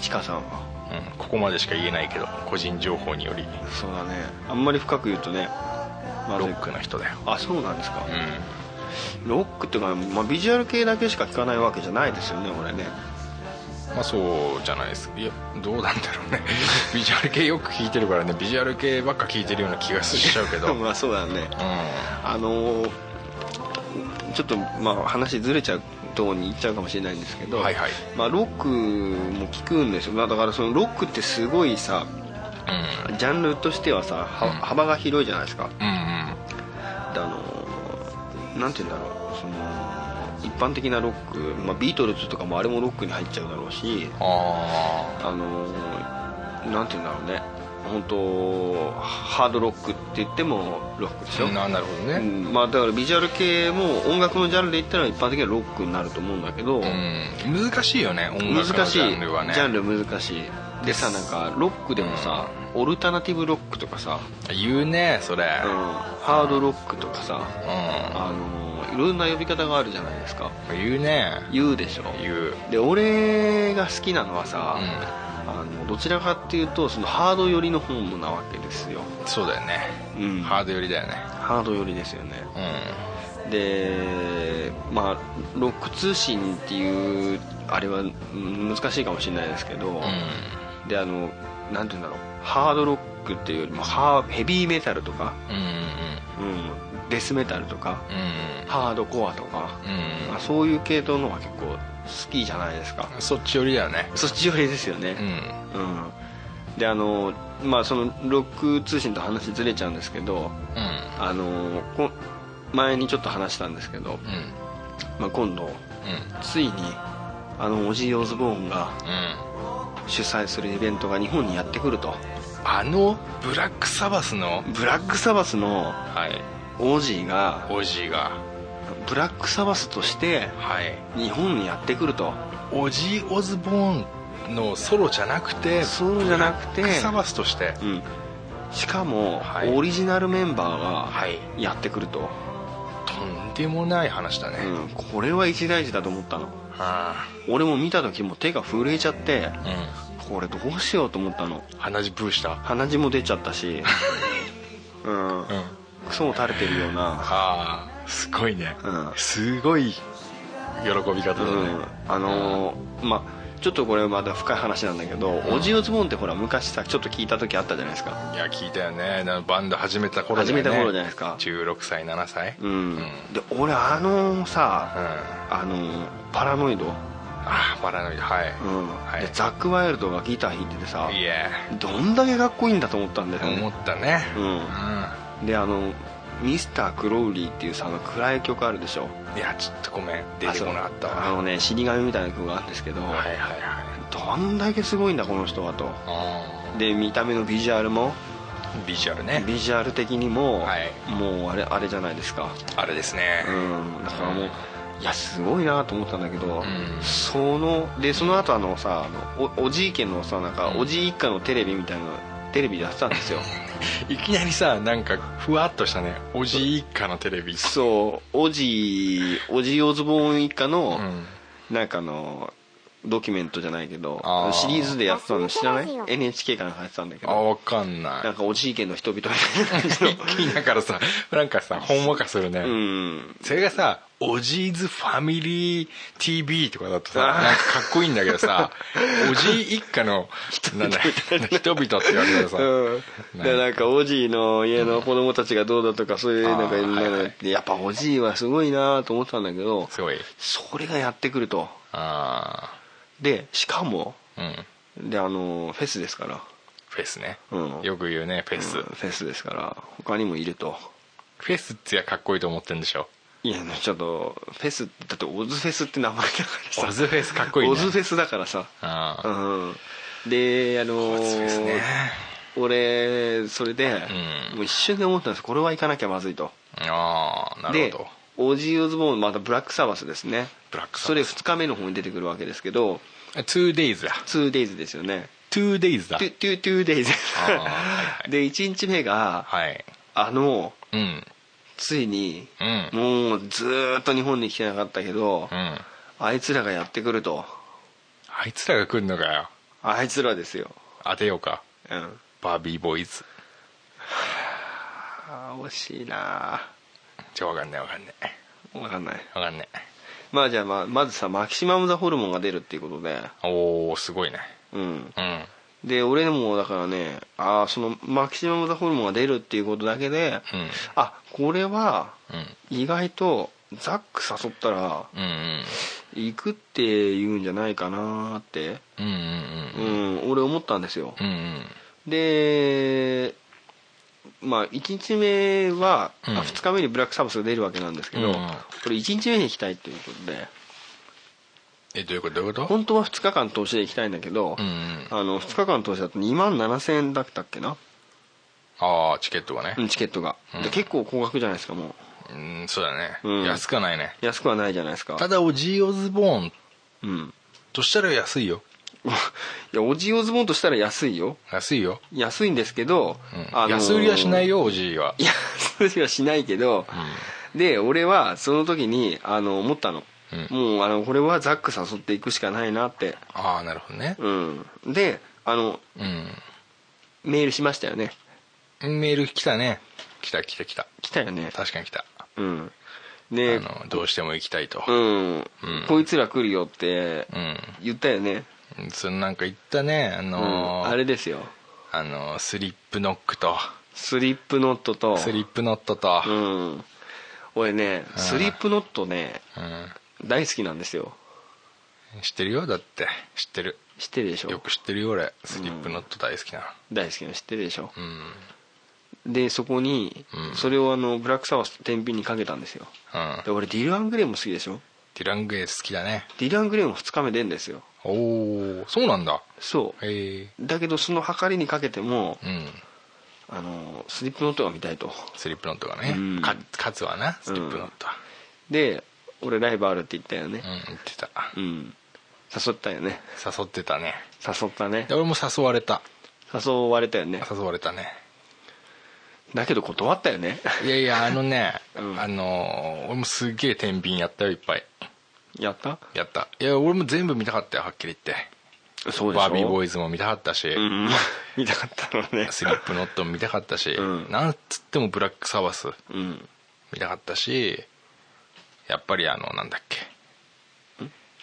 チカさんはうんここまでしか言えないけど個人情報によりそうだねあんまり深く言うとねまロずいックな人だよあそうなんですかう、んロックっていうか、まあ、ビジュアル系だけしか聞かないわけじゃないですよね俺ねまあそうじゃないですいやどうなんだろうね ビジュアル系よく聞いてるからねビジュアル系ばっか聞いてるような気がしちゃうけど うんまあそうだねああのーちょっとまあ話ずれちゃうとこに行っちゃうかもしれないんですけど、はいはいまあ、ロックも聞くんですよまあだからそのロックってすごいさジャンルとしてはさは幅が広いじゃないですかうでんうんあのーなんて言うんだろうその一般的なロック、まあ、ビートルズとかもあれもロックに入っちゃうだろうしああのーなんて言うんだろうね本当ハードロックって言ってもロックでしょあななるほどねうんまあ、だからビジュアル系も音楽のジャンルで言ったら一般的にはロックになると思うんだけど、うん難しいよね音楽の難しジいャンルはねジャンル難しいでさなんかロックでもさ、オルタナティブロックとかさ、言うねそれうんハードロックとかさ、うん、あのいろんな呼び方があるじゃないですか言うね言うでしょ言うで俺が好きなのはさ、うんあのどちらかっていうとそのハード寄りの方もなわけですよ、そうだよね、うんハード寄りだよねハード寄りですよねうでまあロック通信っていうあれはうん難しいかもしれないですけど、んであのなんて言うんだろうハードロックっていうよりもハーヘビーメタルとか、うんうんうん、デスメタルとかうんハードコアとか、うんまあ、そういう系統のは結構好きじゃないですかうんそっち寄りだよねそっち寄りですようねんうん、であのまあそのロック通信と話ずれちゃうんですけどうんあのこ前にちょっと話したんですけど、うんまあ、今度うんついにあのオジー・オズボーンがうん主催するイベントが日本にやってくるとあのブラックサバスのブラックサバスのはいオジーがオジーがブラックサバスとしてはい日本にやってくるとオジー・オズボーンのソロじゃなくてソロじゃなくてブラックサバスとしてうんしかもはいオリジナルメンバはーいがやってくると、とんでもない話だね、うん、これは一大事だと思ったのあ俺も見た時も手が震えちゃってあうんこれどうしようと思ったの鼻血ブーした鼻血も出ちゃった しうんうんクソも垂れてるようなああすごいね、うんすごい喜び方だね、うんあのーまあちょっとこれまだ深い話なんだけど、オジオズボーンってほら昔さちょっと聞いた時あったじゃないですかいや聞いたよねなバンド始めた頃だよ始ねめた頃じゃないですか16歳7歳うん、うんで俺あのさ、ああのーパラノイド、あパラノイドはい、うんはでザック・ワイルドがギター弾いててさいいいえどんだけかっこいいんだと思ったんだよ思ねったねうであのミスター・クロウリーっていうさあの暗い曲あるでしょうんいやちょっとごめん出てこなかったあそうあわのね死神みたいな曲があるんですけど、はいはいはいどんだけすごいんだこの人はとあで見た目のビジュアルもあビジュアルねビジュアル的にも、はいもうあれあれじゃないですかあれですねうんだからもういやすごいなと思ったんだけど、んそのでその後あのさあのおおじい家のさなんか、うんおじい一家のテレビみたいなテレビでやってたん ですよいきなりさなんかふわっとしたねおじい一家のテレビそうおじいおじいオズボーン一家うの、んなんかあのドキュメントじゃないけどあーシリーズでやってたの知らない NHK かなんかやってたんだけあどわかんない なんかおじい家の人々みたいな一感じ の気にだからさなんかさほんわかするね、うんそれがさ「おじいずファミリー TV」とかだとさあーなんかかっこいいんだけど さおじい一家のなんだ人々って言われたらさ、うん、ねでなんかおじいの家の子供たちがどうだとかそういうなんかあーいろんなはのいやってやっぱおじいはすごいなと思ってたんだけどすごいそれがやってくるとあでしかもあうんであのフェスですから、フェスね、うんよく言うねフェス、うんフェスですから他にもいるとフェスってやかっこいいと思ってんでしょいやちょっとフェスってだってオズフェスって名前だからさオズフェスかっこいいねオズフェスだからさあうあんであのーオズフェスね俺それで、うんもう一瞬で思ったんですこれは行かなきゃまずいとああなるでほどオジー・オズボーンまたブラックサバスですねブラックサそバれス2日目の方に出てくるわけですけど 2days だ 2days ですよね 2days だ 2days あーはいはい で1日目がはいあのうんついにうんもうずーっと日本に来てなかったけどうんあいつらがやってくるとあいつらが来んのかよあいつらですよ当てようかうんバービーボーイズあー惜しいなちょわかんないわかんない分かんないわかんないまあじゃあまあまずさマキシマム・ザ・ホルモンが出るっていうことでおおすごいねうんうんで俺もだからねああそのマキシマム・ザ・ホルモンが出るっていうことだけで、うんあこれはうん意外とザック誘ったらうんうん行くって言うんじゃないかなーって、うんうんううんん俺思ったんですようんうんでまあ1日目は、うんあ2日目にブラックサバスが出るわけなんですけど、うんこれ1日目に行きたいということでえどういうことどういうこと本当は2日間通して行きたいんだけど、うんうんあの2日間通してだと2万7000円だったっけなああチケットはねうんチケットが、で結構高額じゃないですかもうんそうだね、うん安くはないねう安くはないじゃないですかただおじいオズボーンうん としたら安いよいやオジーオズボーンとしたら安いよ安いよ、安いんですけど、うんあのー安売りはしないよおじいは安売りはしないけど、で俺はその時にあの思ったの、うんもうあのこれはザック誘っていくしかないなってああなるほどねうんであのうメールしましたよねんメール来たね来た来た来た来たよね確かに来た、うんあでのどうしても行きたいとうん、こいつら来るよってうん、言ったよね、そのなんか言ったねあうんのーあれですよあのースリップノックとスリップノットとスリップノットとうん俺ねスリップノットねうん大好きなんですよ知ってるよだって知ってる知ってるでしょよく知ってるよ俺スリップノット大好きな大好きなの知ってるでしょうん、でそこにうんそれをあのブラックサバスと天秤にかけたんですようん、で俺ディル・アン・グレイも好きでしょディラングレイ好きだねディル・アン・グレイも2日目出んですよおおそうなんだそへえうだけどその計りにかけてもうんあのスリップノットが見たいとスリップノットがね、うんか勝つわなスリップノットはで俺ライブあるって言ったよねうん、言ってたうん誘ったよね誘ってたね誘ったねで俺も誘われた誘われたよね誘われたねだけど断ったよね いやいやあのね、うんあのー俺もすげえ天秤やったよいっぱいやったやったいや俺も全部見たかったよはっきり言ってそうでしょバービーボイーイズも見たかったし、うん 見たかったのねスリップノットも見たかったし、うんなんつってもブラックサバスうん見たかったしやっぱりあのなんだっけ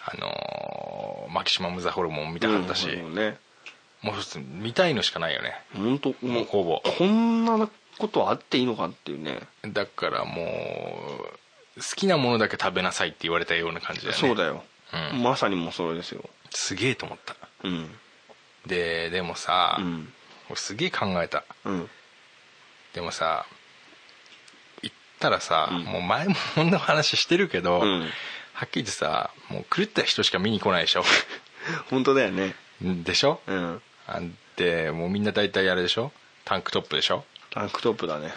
あのーマキシマム・ザ・ホルモン見たかったし、うんもうねもう一つ見たいのしかないよね本当ももううほぼこんなことあっていいのかっていうねだからもう好きなものだけ食べなさいって言われたような感じだよねそうだよ、うんまさにもうそれですよすげえと思ったうんででもさ、うん俺すげえ考えたうんでもさ行ったらさ、うんもう前もこんな話してるけど、うんはっきり言ってさもう狂った人しか見に来ないでし ょ本当だよねでしょうんあんてもうみんな大体あれでしょタンクトップでしょタンクトップだね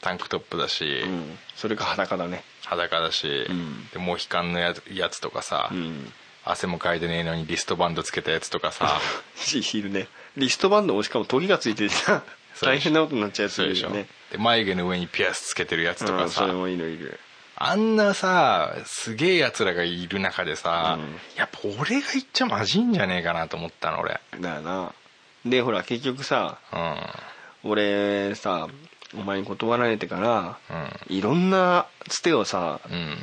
タンクトップだし、うんそれか裸だね 裸だし、んでモヒカンのやつやつとかさ、うん汗もかいてねえのにリストバンドつけたやつとか さいるねリストバンドもしかもトゲがついててさ そう大でしょ変なことになっちゃうやつそうでいるしょ、よねで眉毛の上にピアスつけてるやつとうかんさ、それもいるいるあんなさすげえやつらがいる中でさ、うんやっぱ俺が言っちゃまじいんじゃねえかなと思ったの俺だよなでほら結局さうん俺さお前に断られてからういろんなつてをさうん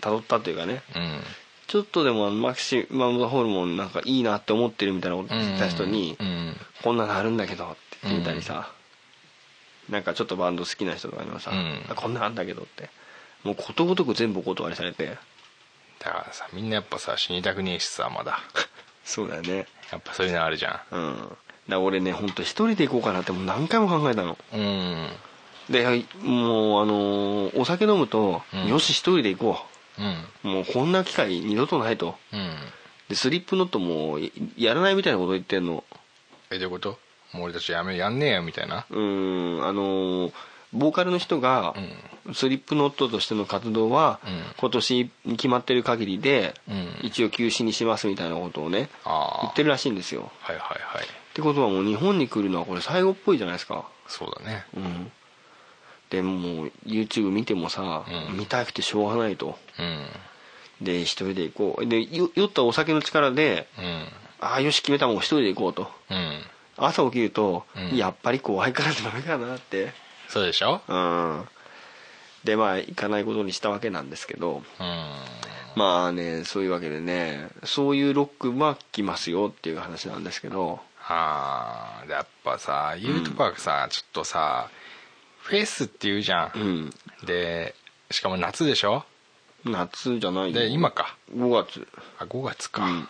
たどったというかねうんちょっとでもマキシマム・ザ・ホルモンなんかいいなって思ってるみたいなこと言ってた人にうんうん「こんなのあるんだけど」って言ったりさなんかちょっとバンド好きな人とかにもさうん「あこんなのあんだけど」ってもうことごとく全部お断りされてだからさみんなやっぱさ死にたくねえしさまだそうだよねやっぱそういうのあるじゃうんだから俺ね本当一人で行こうかなってもう何回も考えたのんうんでもうあのーお酒飲むと、うんよし一人で行こうんうもうこんな機会二度とないとうんでスリップノットもいやらないみたいなこと言ってんのえどういうこともう俺たちやめやんねえよみたいなうーんあのーボーカルの人が、スリップノットとしての活動は、うん今年決まってる限りで、うん一応休止にしますみたいなことをねああ言ってるらしいんですよはいはいはいってことはもう日本に来るのはこれ最後っぽいじゃないですかそうだねうんでもう YouTube 見てもさ、うん見たくてしょうがないとうんで一人で行こうでよ酔ったお酒の力でうんああよし決めたもう一人で行こうとうん朝起きると、うんやっぱり怖いからダメかなってそうでしょうんでまあ行かないことにしたわけなんですけどうんまあねそういうわけでねそういうロックは来ますよっていう話なんですけどあーやっぱさ言うとかさ、ちょっとさフェスっていうじゃ、うんんでしかも夏でしょ夏じゃないよで今か5月あ5月か、うんま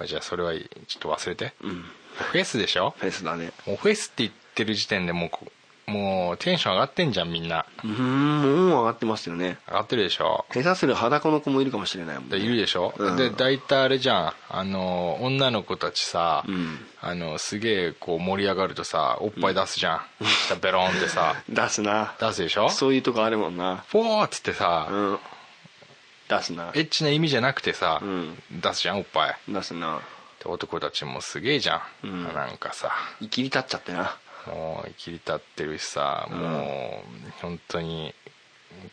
あ、じゃあそれはいいちょっと忘れて、うんフェスでしょフェスだねもうフェスって言ってる時点でもうこもうテンション上がってんじゃんみんなうーんもう上がってますよね上がってるでしょ下手する裸の子もいるかもしれないもん、でね、いるでしょ、うんで大体あれじゃんあの女の子たちさ、んあのすげえこう盛り上がるとさおっぱい出すじゃん、下ベロンってさ出すな出すでしょそういうとこあるもんなフォーっつってさ、うん出すなエッチな意味じゃなくてさ、うん出すじゃんおっぱい出すなで男たちもすげえじゃん、うんなんかさ生きり立っちゃってなもう切り立ってるしさ、んもう本当に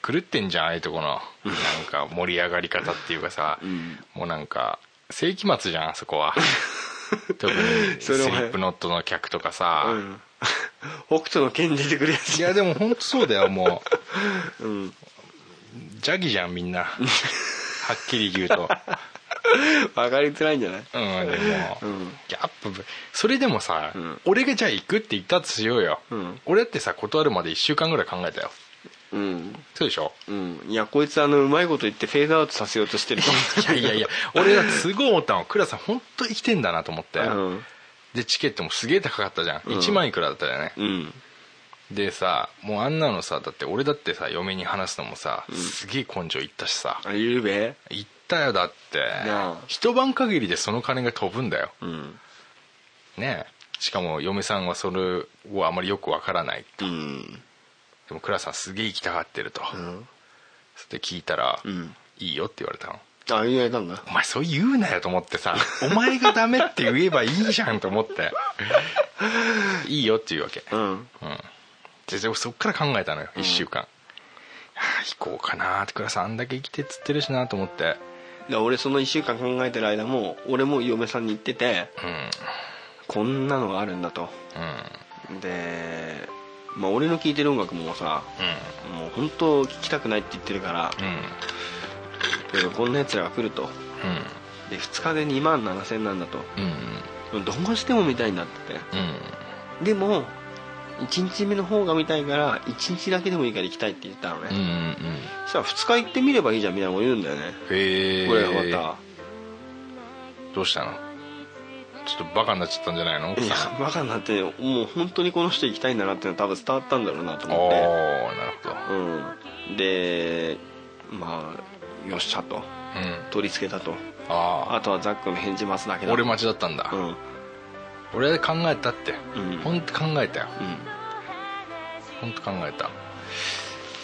狂ってんじゃんああいうとこのなんか盛り上がり方っていうかさ、んもうなんか世紀末じゃんあそこ は特にスそれリお前ップノットの客とかさ、うん 北斗の剣出てくるやついやでも本当そうだよもうんう邪気じゃんみんなはっきり言う と分かりづらいんじゃないうんでも、うんやっぱそれでもさ、ん俺がじゃあ行くって言ったとしようよ、うん俺だってさ断るまで1週間ぐらい考えたようんそうでしょ うんいやこいつあのうまいこと言ってフェードアウトさせようとしてるいやいやいや俺だってすごい思ったの倉さん本当生きてんだなと思って、うんでチケットもすげえ高かったじゃん、1万いくらだったよね、うんでさもうあんなのさだって俺だってさ嫁に話すのもさ、すげえ根性いったしさあゆるべ行ったよだってなあ一晩限りでその金が飛ぶんだようんねえしかも嫁さんはそれをあまりよくわからないうんでも倉さんすげえ行きたがってると、んで聞いたら、んいいよって言われたのあ言われたんだお前そう言うなよと思ってさお前がダメって言えばいいじゃんと思っていいよって言うわけうんででそっから考えたのよ1週間、ああ行こうかなって倉さんあんだけ生きてっつってるしなと思ってで俺その1週間考えてる間も俺も嫁さんに言っててこんなのがあるんだとうんうんで、まあ、俺の聴いてる音楽もさもう本当聴きたくないって言ってるからうんうんだからこんなやつらが来るとで2日で2万7000なんだとうんどうしても見たいんだってうんでも1日目の方が見たいから1日だけでもいいから行きたいって言ったのね、うんうんうんそしたら2日行ってみればいいじゃんみたいなこと言うんだよねへえこれまどうしたのちょっとバカになっちゃったんじゃないのた奥いやさんバカになってもう本当にこの人行きたいんだなっていうのは多分伝わったんだろうなとお思おってーなるほどうんでまあよっしゃとうん取り付けたとああとはザックの返事待つだけあだ俺待ちだったんだうん俺考えたってうん本当考えたよう本ん当考えた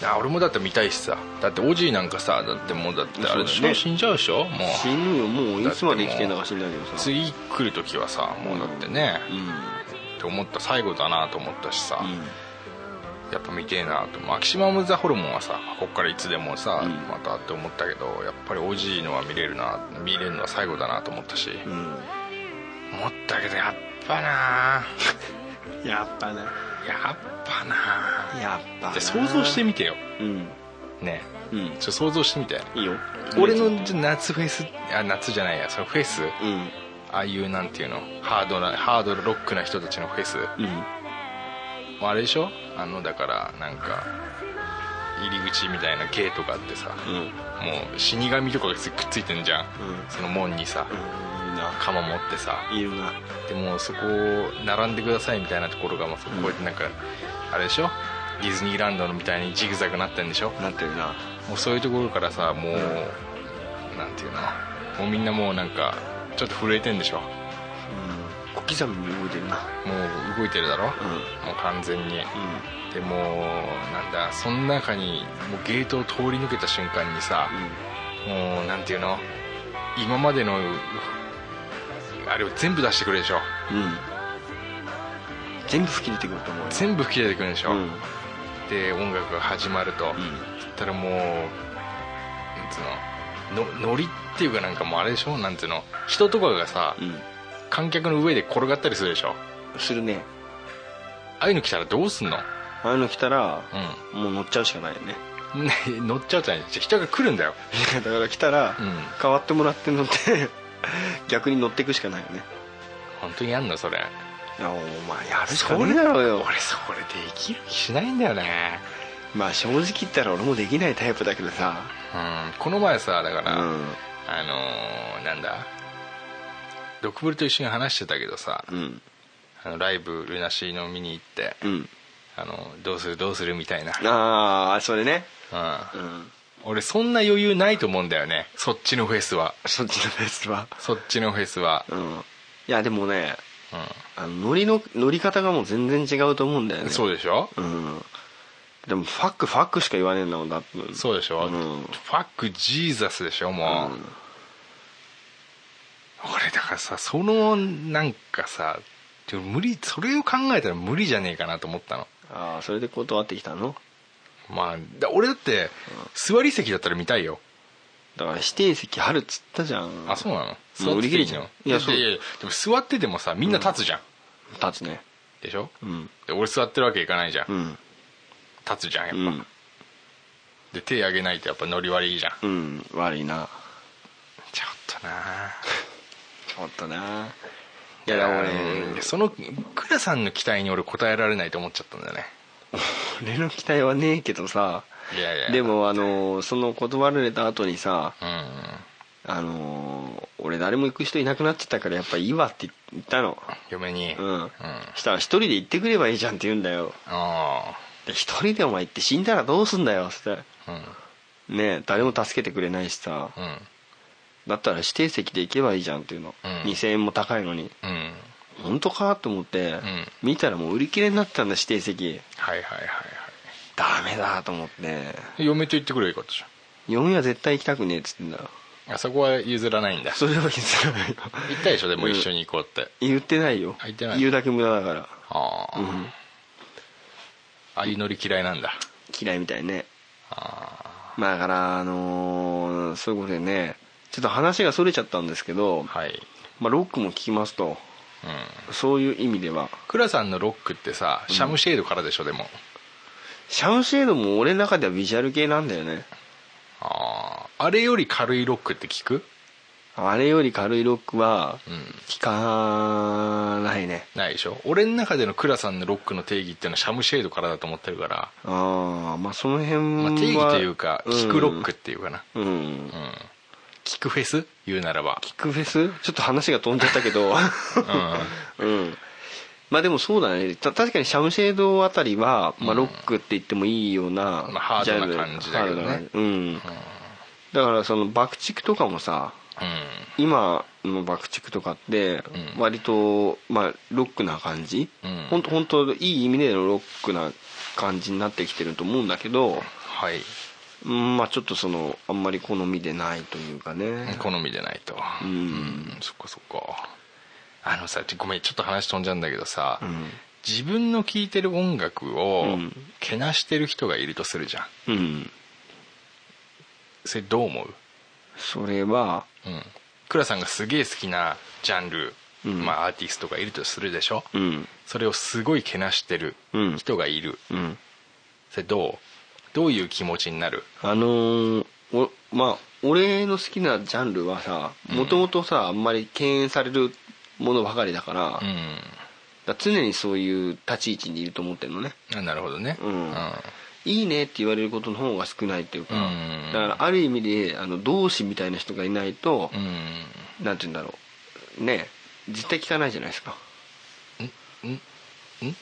あ俺もだって見たいしさだってオジーなんかさだってもうだってあれでそしうょ、だね死んじゃうでしょもう死ぬよもういつまで生きてんだか死んだけどさ次来る時はさもうだってね、うんって思った最後だなと思ったしさ、うんやっぱ見てえなとマキシマム・ザ・ホルモンはさこっからいつでもさ、うんまたって思ったけどやっぱりオジーのは見れるな見れるのは最後だなと思ったし、うん思ったけどやっぱなやっぱねやっぱなやっぱじゃあ想像してみてようんねうんちょ想像してみていいよ俺のじゃ夏フェスあ夏じゃないやそのフェスうんああいうなんていうのハードなハードロックな人たちのフェスうんもうあれでしょあのだからなんか入り口みたいなゲートがあってさ、うんうんもう死神とかがくっついてんじゃん、その門にさ、いいな鎌持ってさいるなでもうそこを並んでくださいみたいなところがもうそここうやってなんか、あれでしょディズニーランドのみたいにジグザグなってんでしょなってるなもうそういうところからさもう、なんていうのもうみんなもうなんかちょっと震えてんでしょもうん小刻みに動いてるなう動いてるだろ、うんもう完全にうでもうなんだその中にもうゲートを通り抜けた瞬間にさ、んもうなんていうの今までのあれを全部出してくれるでしょうんうん全部吹き出てくると思うよ全部吹き出てくるでしょ、うんうんで音楽が始まると、そしたらもうなんつうののノリっていうかなんかもうあれでしょなんつうの人とかがさ、うん観客の上で転がったりするでしょするねああいうの来たらどうすんのああいうの来たらうもう乗っちゃうしかないよね んね 乗っちゃうじゃない人が来るんだよいやだから来たらうん変わってもらって乗って 逆に乗っていくしかないよね本当にやんのそれいやお前やるしかそないれだろうよ俺それできる気しないんだよねまあ正直言ったら俺もできないタイプだけどさうんこの前さだかうら、んあのーなんだドクブルと一緒に話してたけどさうんあのライブルナシーの見に行って、うんあのどうするどうするみたいな、ああそれねう、うんん俺そんな余裕ないと思うんだよねそっちのフェスはそっちのベースはそっちのフェスはうんいやでもねうあの乗りの乗り方がもう全然違うと思うんだよんねそううでしょうんでもファックファックしか言わねえんだもんだってそうでしょ、うんファックジーザスでしょもう、うん俺だからさそのなんかさちょ無理それを考えたら無理じゃねえかなと思ったのああそれで断ってきたのまあだ俺だって座り席だったら見たいよだから指定席あるっつったじゃんあそうなのもう売り切れ座ってていいのいちゃういややそういやいやでも座っててもさみんな立つじゃん、立つねでしょ、うんで俺座ってるわけいかないじゃん、うん立つじゃんやっうぱ、んで手上げないとやっぱノリ悪いじゃんうん悪いなちょっとなあちょっとないやだからうん俺その倉さんの期待に俺応えられないと思っちゃったんだよね俺の期待はねえけどさいやいやでもあのその断られた後にさうんあの俺誰も行く人いなくなっちゃったからやっぱいいわって言ったの嫁にううんんあしたら一人で行ってくればいいじゃんって言うんだよあで一人でお前行って死んだらどうすんだよっつってうんねえ誰も助けてくれないしさうんだったら指定席で行けばいいじゃんっていうの、うん2000円も高いのにうん本当かと思って、ん見たらもう売り切れになってたんだ指定席はいはいはいはダメだと思ってい嫁と言ってくればよかったじ嫁は絶対行きたくねえっつってんだよゃんあそこは譲らないんだそれは言ってないよ言ったでしょでも一緒に行こうって、 言ってないよあ言ってない言うだけ無駄だからああ、うんああいうノリ嫌いなんだ嫌いみたいねあまあだからあのーそういうことでねちょっと話がそれちゃったんですけど、あはいまあ、ロックも聞きますとうんそういう意味では倉さんのロックってさシャムシェードからでしょでもシャムシェードも俺の中ではビジュアル系なんだよねあああれより軽いロックって聞くあれより軽いロックはうん聞かないねないでしょ俺の中での倉さんのロックの定義っていうのはシャムシェードからだと思ってるから、ああまあその辺は、まあ、定義というかん聞くロックっていうかな、うん、うん聞くフェス言うならばキックフェスちょっと話が飛んじゃったけど うんまあでもそうだねた確かにシャムシェードあたりは、まあ、ロックって言ってもいいような、まあハードな感じだけどねハードな感じうんだからその爆竹とかもさ今の爆竹とかってうん割と、まあ、ロックな感じ、うん本当本当いい意味でのロックな感じになってきてると思うんだけど、はいうんまあ、ちょっとそのあんまり好みでないというかね好みでないとうんんそっかそっかあのさちょごめんちょっと話飛んじゃうんだけどさ、うん自分の聴いてる音楽をうんけなしてる人がいるとするじゃんうんそれどう思うそれはうん倉さんがすげえ好きなジャンル、うんまあ、アーティストがいるとするでしょ、うんそれをすごいけなしてるうん人がいる、うんそれどうどういう気持ちになるあのーおまあ俺の好きなジャンルはさもともとさあんまり敬遠されるものばかりだから,、うだかんら常にそういう立ち位置にいると思ってるのねあなるほどねうんいいねって言われることの方が少ないっていうか、うんだからある意味であの同志みたいな人がいないとう、んなんて言うんだろうね絶対聞かないじゃないですかんどういうこ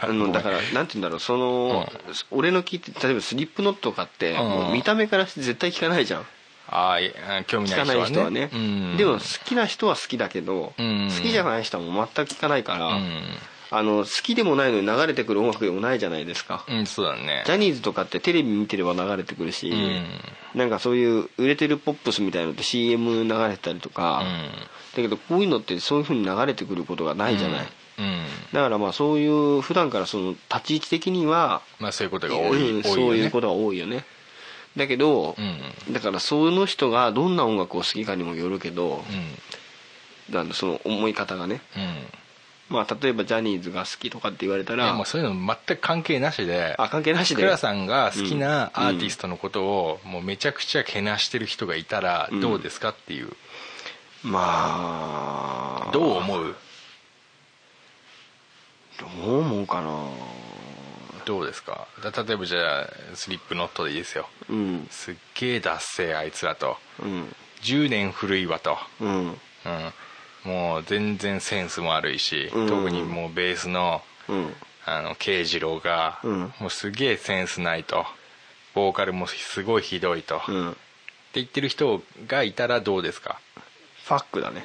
とあのだかららなんて言うんだろうその、俺の聞いて例えばスリップノットとかって、んもう見た目からして絶対聞かないじゃんあーいや興味聞ないか人ないはね人はねうん、でも好きな人は好きだけど、うん好きじゃない人はもう全く聞かないから、うん、あの好きでもないのに流れてくる音楽でもないじゃないですか、うん、そうだねジャニーズとかってテレビ見てれば流れてくるし、うんなんかそういう売れてるポップスみたいなのって CM 流れてたりとか、うんだけどこういうのってそういうふうに流れてくることがないじゃうない、んだからまあそういう普段からその立ち位置的にはまあそういうことが多い,、うん多いよねそういうことが多いよねだけど、うんだからその人がどんな音楽を好きかにもよるけどう、んあのその思い方がねうんまあ例えばジャニーズが好きとかって言われたいやらもうそういうの全く関係なしであ関係なしで倉さんが好きなアーティストのことをもうめちゃくちゃけなしてる人がいたらどうですかっていう、まあどう思うどう思うかなどうですかだ例えばじゃあスリップノットでいいですようんすっげえ脱せあいつらとうん10年古いわと、うんうん、もう全然センスも悪いし、うん特にもうベースのうんあの慶次郎が、うんもうすげえセンスないとボーカルもすごいひどいと、うってん言ってる人がいたらどうですかファックだね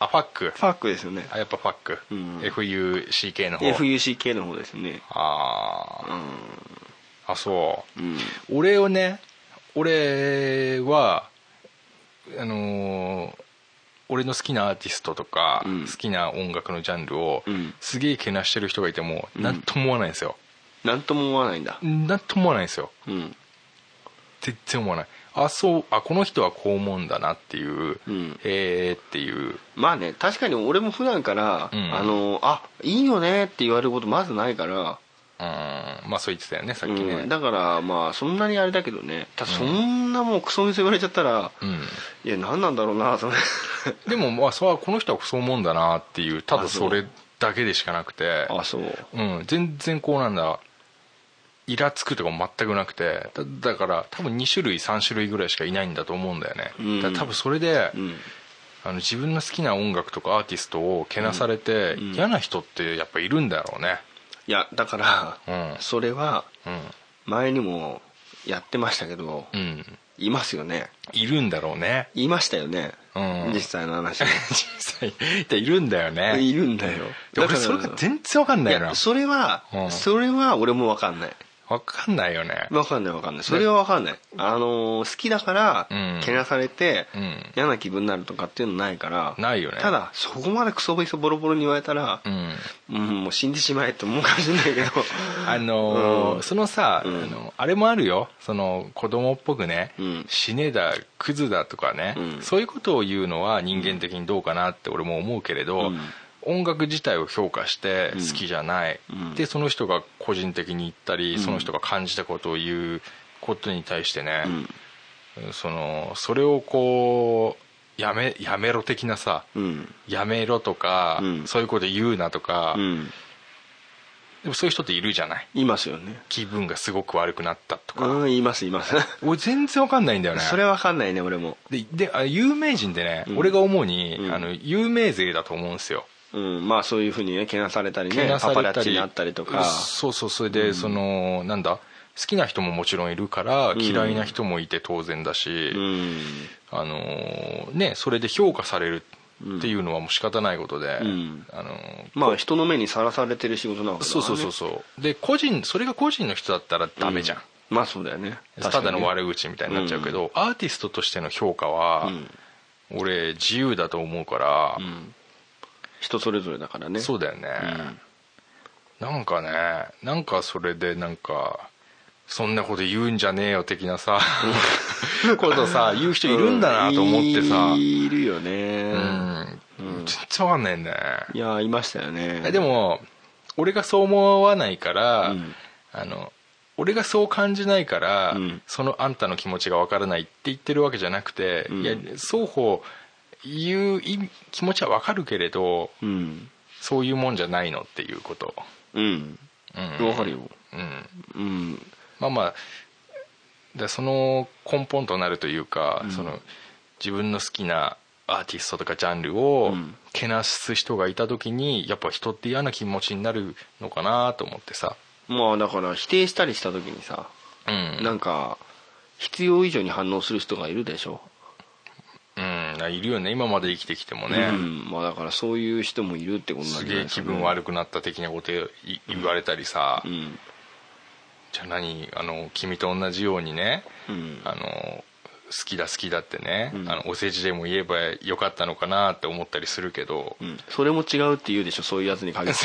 あファックファックですよねあやっぱファック、うん FUCK の方 FUCK の方ですねあうあんあそう、うん俺をね俺はあのー俺の好きなアーティストとか、うん好きな音楽のジャンルを、うんすげえけなしてる人がいてもん何とも思わないんですよなんとも思わないんだ何とも思わないんですようん全然思わないあそうあこの人はこう思うんだなっていう、うんへえっていうまあね確かに俺も普段から、うんあのあいいよねって言われることまずないから、うんまあそう言ってたよねさっきね、うん、だからまあそんなにあれだけどねただそんなもうクソ店言われちゃったら、うんいや何なんだろうな それでもまあそうこの人はそう思うんだなっていうただあそそうれだけでしかなくてあそううん全然こうなんだイラつくとかも全くなくてだだから多分2種類3種類ぐらいしかいないんだと思うんだよね、うんだから多分それで、うんあの自分の好きな音楽とかアーティストをけなされて、うん嫌な人ってやっぱいるんだろうねいやだから、うんそれはうん前にもやってましたけど、うんいますよねいるんだろうね いましたよね、うん実際 の話実際っているんだよねいるんだよで俺それが全然わかんないいなやそれは、うんそれは俺も分かんないわかんないよね分かんない分かんないそれは分かんないあのー好きだからうんけなされて、うん嫌な気分になるとかっていうのないからないよねただそこまでクソベソボロボロに言われたらう、んうんもう死んでしまえって思うかもしれないけど あのーうんそのさ、うんあのあれもあるよその子供っぽくね、うん死ねだクズだとかね、うんそういうことを言うのは人間的にどうかなって俺も思うけれど、うん音楽自体を評価して好きじゃない、うんでその人が個人的に言ったり、うんその人が感じたことを言うことに対してね、うんそのそれをこうやめやめろ的なさ、うんやめろとか、うんそういうこと言うなとか、うんでもそういう人っているじゃないいますよね気分がすごく悪くなったとか、うん言います言います俺全然わかんないんだよねそれは分かんないね俺もでであ有名人ってね、うん俺が主に、うんあの有名勢だと思うんですようんまあそういうふうにねけなされたりけねなさパれたりパラッチにあったりとかそうそうそれで、そのなんだ好きな人ももちろんいるから嫌いな人もいて当然だし、うんあのーね、それで評価されるっていうのはもう仕方ないことで、んあのーまあ人の目にさらされてる仕事なわけだかそうらねそうそうそうで個人それが個人の人だったらダメじゃん、まあそうだよねただのい悪口みたいになっちゃうけど、アーティストとしての評価は、俺自由だと思うから、人それぞれだからねそうだよね、なんかねなんかそれでなんかそんなこと言うんじゃねえよ的なさことさ言う人いるんだなと思ってさ、うんいるよね全然わかんないんだよねいやいましたよねえでも俺がそう思わないから、うんあの俺がそう感じないから、うんそのあんたの気持ちがわからないって言ってるわけじゃなくて、んいや双方言う意味気持ちはわかるけれどうんそういうもんじゃないのっていうこと、うんうんわかるようん、うんまあまあだその根本となるというか、その自分の好きなアーティストとかジャンルをうんけなす人がいた時にやっぱ人って嫌な気持ちになるのかなと思ってさ、まあだから否定したりした時にさうんなんか必要以上に反応する人がいるでしょうん、いるよね今まで生きてきてもね、うんまあだからそういう人もいるってことなんすじゃなげいえです気かね分悪くなった的なことい言われたりさ、うんじゃあ何あの君と同じようにね、うんあの好きだ好きだってね、うんあのお世辞でも言えばよかったのかなって思ったりするけど、うんそれも違うって言うでしょそういうやつに限って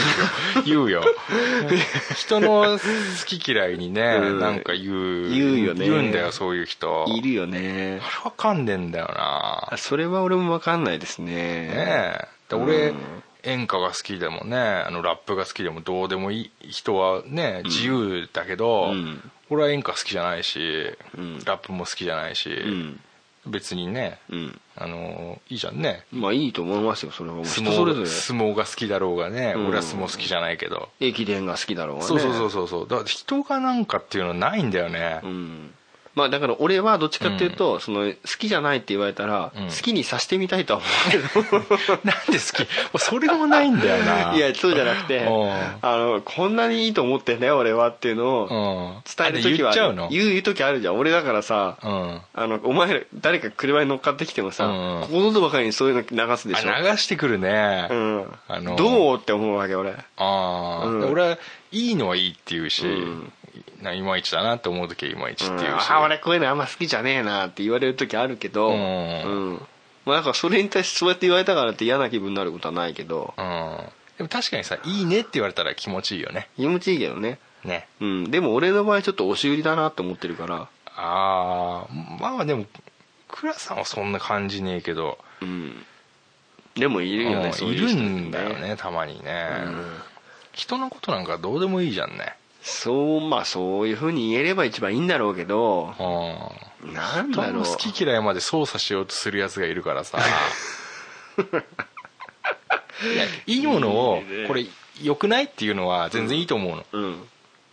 言うよ人の好き嫌いにね、うんなんか言う言うよね言うんだよそういう人いるよねあれわかんねえんだよなそれは俺も分かんないですねねえで俺、うん演歌が好きでもねあのラップが好きでもどうでもいい人はね自由だけど、うん俺は演歌好きじゃないし、うんラップも好きじゃないし、うん別にね、うんあのいいじゃんねまあいいと思いますよそれはもう相人それぞ撲れ相撲が好きだろうがね、うん俺は相撲好きじゃないけど駅伝が好きだろうがねそうそうそうそうそうだから人がなんかっていうのはないんだよね、うんまあだから俺はどっちかっていうと、その好きじゃないって言われたら、うん好きにさせてみたいとは思 うけどなんで好き もうそれもないんだよ ないやそうじゃなくてうんあのこんなにいいと思ってんだよ俺はっていうのうをん伝える時はあれ言あっちゃうるの言う言う時あるじゃん俺だからさ、うんあのお前ら誰か車に乗っかってきてもさ、うんうんここぞとばかりにそういうの流すでしょあ流してくるね、うんあのどうって思うわけ俺ああ、うん俺はいいのはいいって言うし、うんないまいちだなって思う時はいまいちっていうし、あ俺こういうのあんま好きじゃねえなって言われる時あるけどううんんまあだからそれに対してそうやって言われたからって嫌な気分になることはないけどうんでも確かにさ「いいね」って言われたら気持ちいいよね気持ちいいけどねねうんでも俺の場合ちょっと押し売りだなって思ってるからああまあでも倉さんはそんな感じねえけどうんでもいいるよねそういいうる人んだよねたまにね、人のことなんかどうでもいいじゃんねそうまあそういうふうに言えれば一番いいんだろうけどうんなんだ人ろうの好き嫌いまで操作しようとするやつがいるから さいやいいものをこれ良くないっていうのは全然いいと思うのうん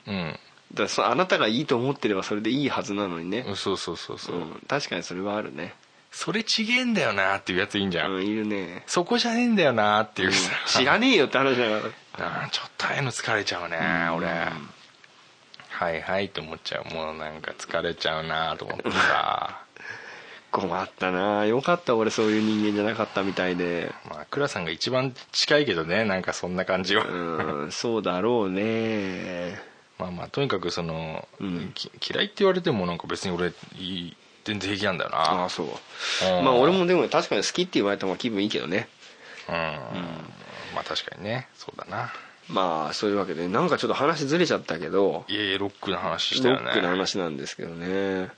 うん、だからそあなたがいいと思ってればそれでいいはずなのにねそうそうそうそう、うん確かにそれはあるねそれちげえんだよなっていうやついいんじゃん、うんいる ねそこじゃねえんだよなっていうさ、知らねえよって話だからうんちょっとああいうの疲れちゃうね、俺はいはいと思っちゃうもうなんか疲れちゃうなと思って さ困ったなよかった俺そういう人間じゃなかったみたいでまあ倉さんが一番近いけどねなんかそんな感じはうんそうだろうねまあまあとにかくその、うんき嫌いって言われてもなんか別に俺いい全然平気なんだよなそううんまあ俺もでも確かに好きって言われた方が気分いいけどねうん、まあ確かにねそうだなまあそういうわけでなんかちょっと話ずれちゃったけどいえいえロックの話したロよねックの話なんですけどね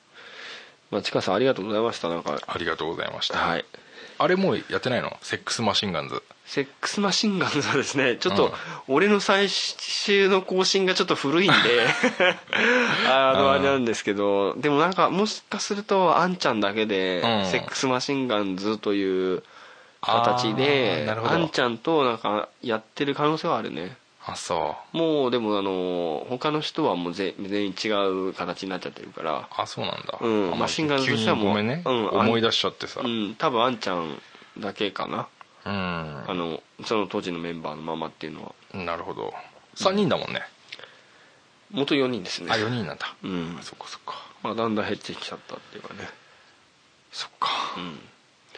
まあちかさんありがとうございましたなんかありがとうございました、はいあれもうやってないのセックスマシンガンズセックスマシンガンズはですねちょっと俺の最終の更新がちょっと古 いんであうんのあれなんですけどでもなんかもしかするとあんちゃんだけでうんセックスマシンガンズという形あーでなるほどあんちゃんとなんかやってる可能性はあるねあそうもうでもあの他の人はもうぜ全員違う形になっちゃってるからあそうなんだ、うんあまあマシンガンズ急とにしてはもうごめんね、うん思い出しちゃってさううん、ん多分あんちゃんだけかなあなのその当時のメンバーのままっていうのはるほど3人だもんね、元4人ですねあ4人なんだ、うんあそっかそっかまあ、だんだん減ってきちゃったっていうかねそっかうん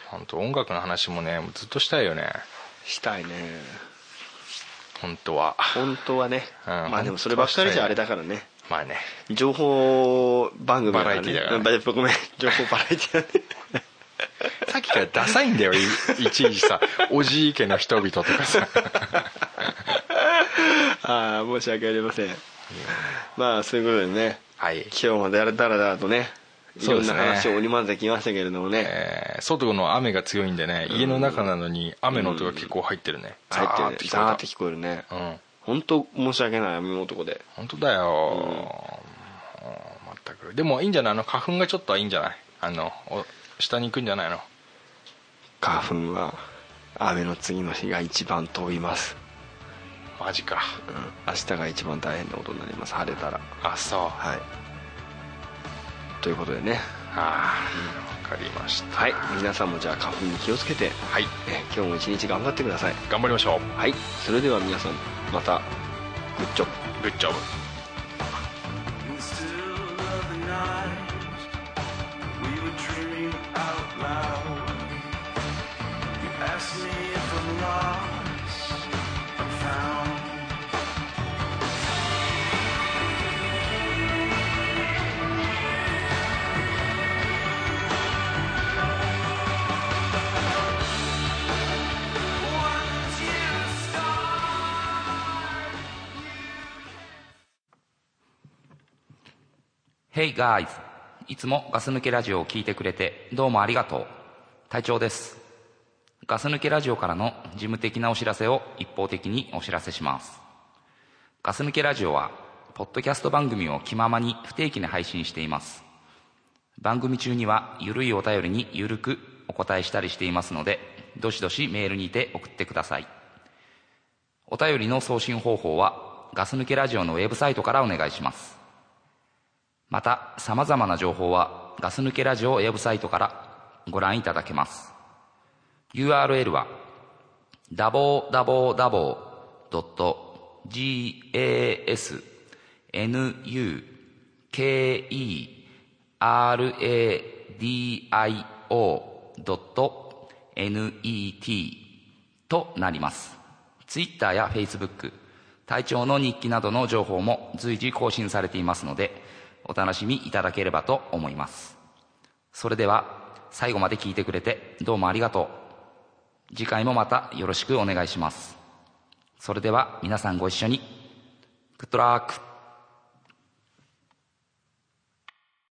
本当音楽の話もねずっとしたいよねしたいね本当は本当はね、うんまあでもそればっかりじゃあれだからねまあね情報番組バラエティだからねごめん情報バラエティ だねさっきからダサいん だよいいちいちさおじい家の人々とか さああ申し訳ありませんまあそういうことでねはい今日もだらだらだらとねいそうろでんすなね話を織り交ぜてきましたけれどもねえー外の雨が強いんでね家の中なのに雨の音が結構入ってるね入ってるねザーーって聞こえるねうん本当申し訳ない雨男で本当だよ、もう全くでもいいんじゃないあの花粉がちょっとはいいんじゃないあのお下に行くんじゃないの花粉は雨の次の日が一番飛びます、マジかうん、明日が一番大変なことになります晴れたらあそうあはいということでねあーわかりましたはい皆さんもじゃあ花粉に気をつけてはいえ今日も一日頑張ってください頑張りましょはいそれでは皆さんまたグッジョブうグッジョブ In the still of the night, we were dreaming out loud. You asked me if I'm lost, I'm found. Once you start. ヘイガイズいつもガス抜けラジオを聞いてくれてどうもありがとう。隊長です。ガス抜けラジオからの事務的なお知らせを一方的にお知らせします。ガス抜けラジオは、ポッドキャスト番組を気ままに不定期に配信しています。番組中には、ゆるいお便りにゆるくお答えしたりしていますので、どしどしメールにて送ってください。お便りの送信方法は、ガス抜けラジオのウェブサイトからお願いします。また、様々な情報は、ガス抜けラジオウェブサイトからご覧いただけます。URL は、www.gasnukeradio.net となります。Twitter や Facebook、体調の日記などの情報も随時更新されていますので、お楽しみいただければと思います。それでは、最後まで聞いてくれてどうもありがとう。次回もまたよろしくお願いします。それでは皆さんご一緒に。グッドラック。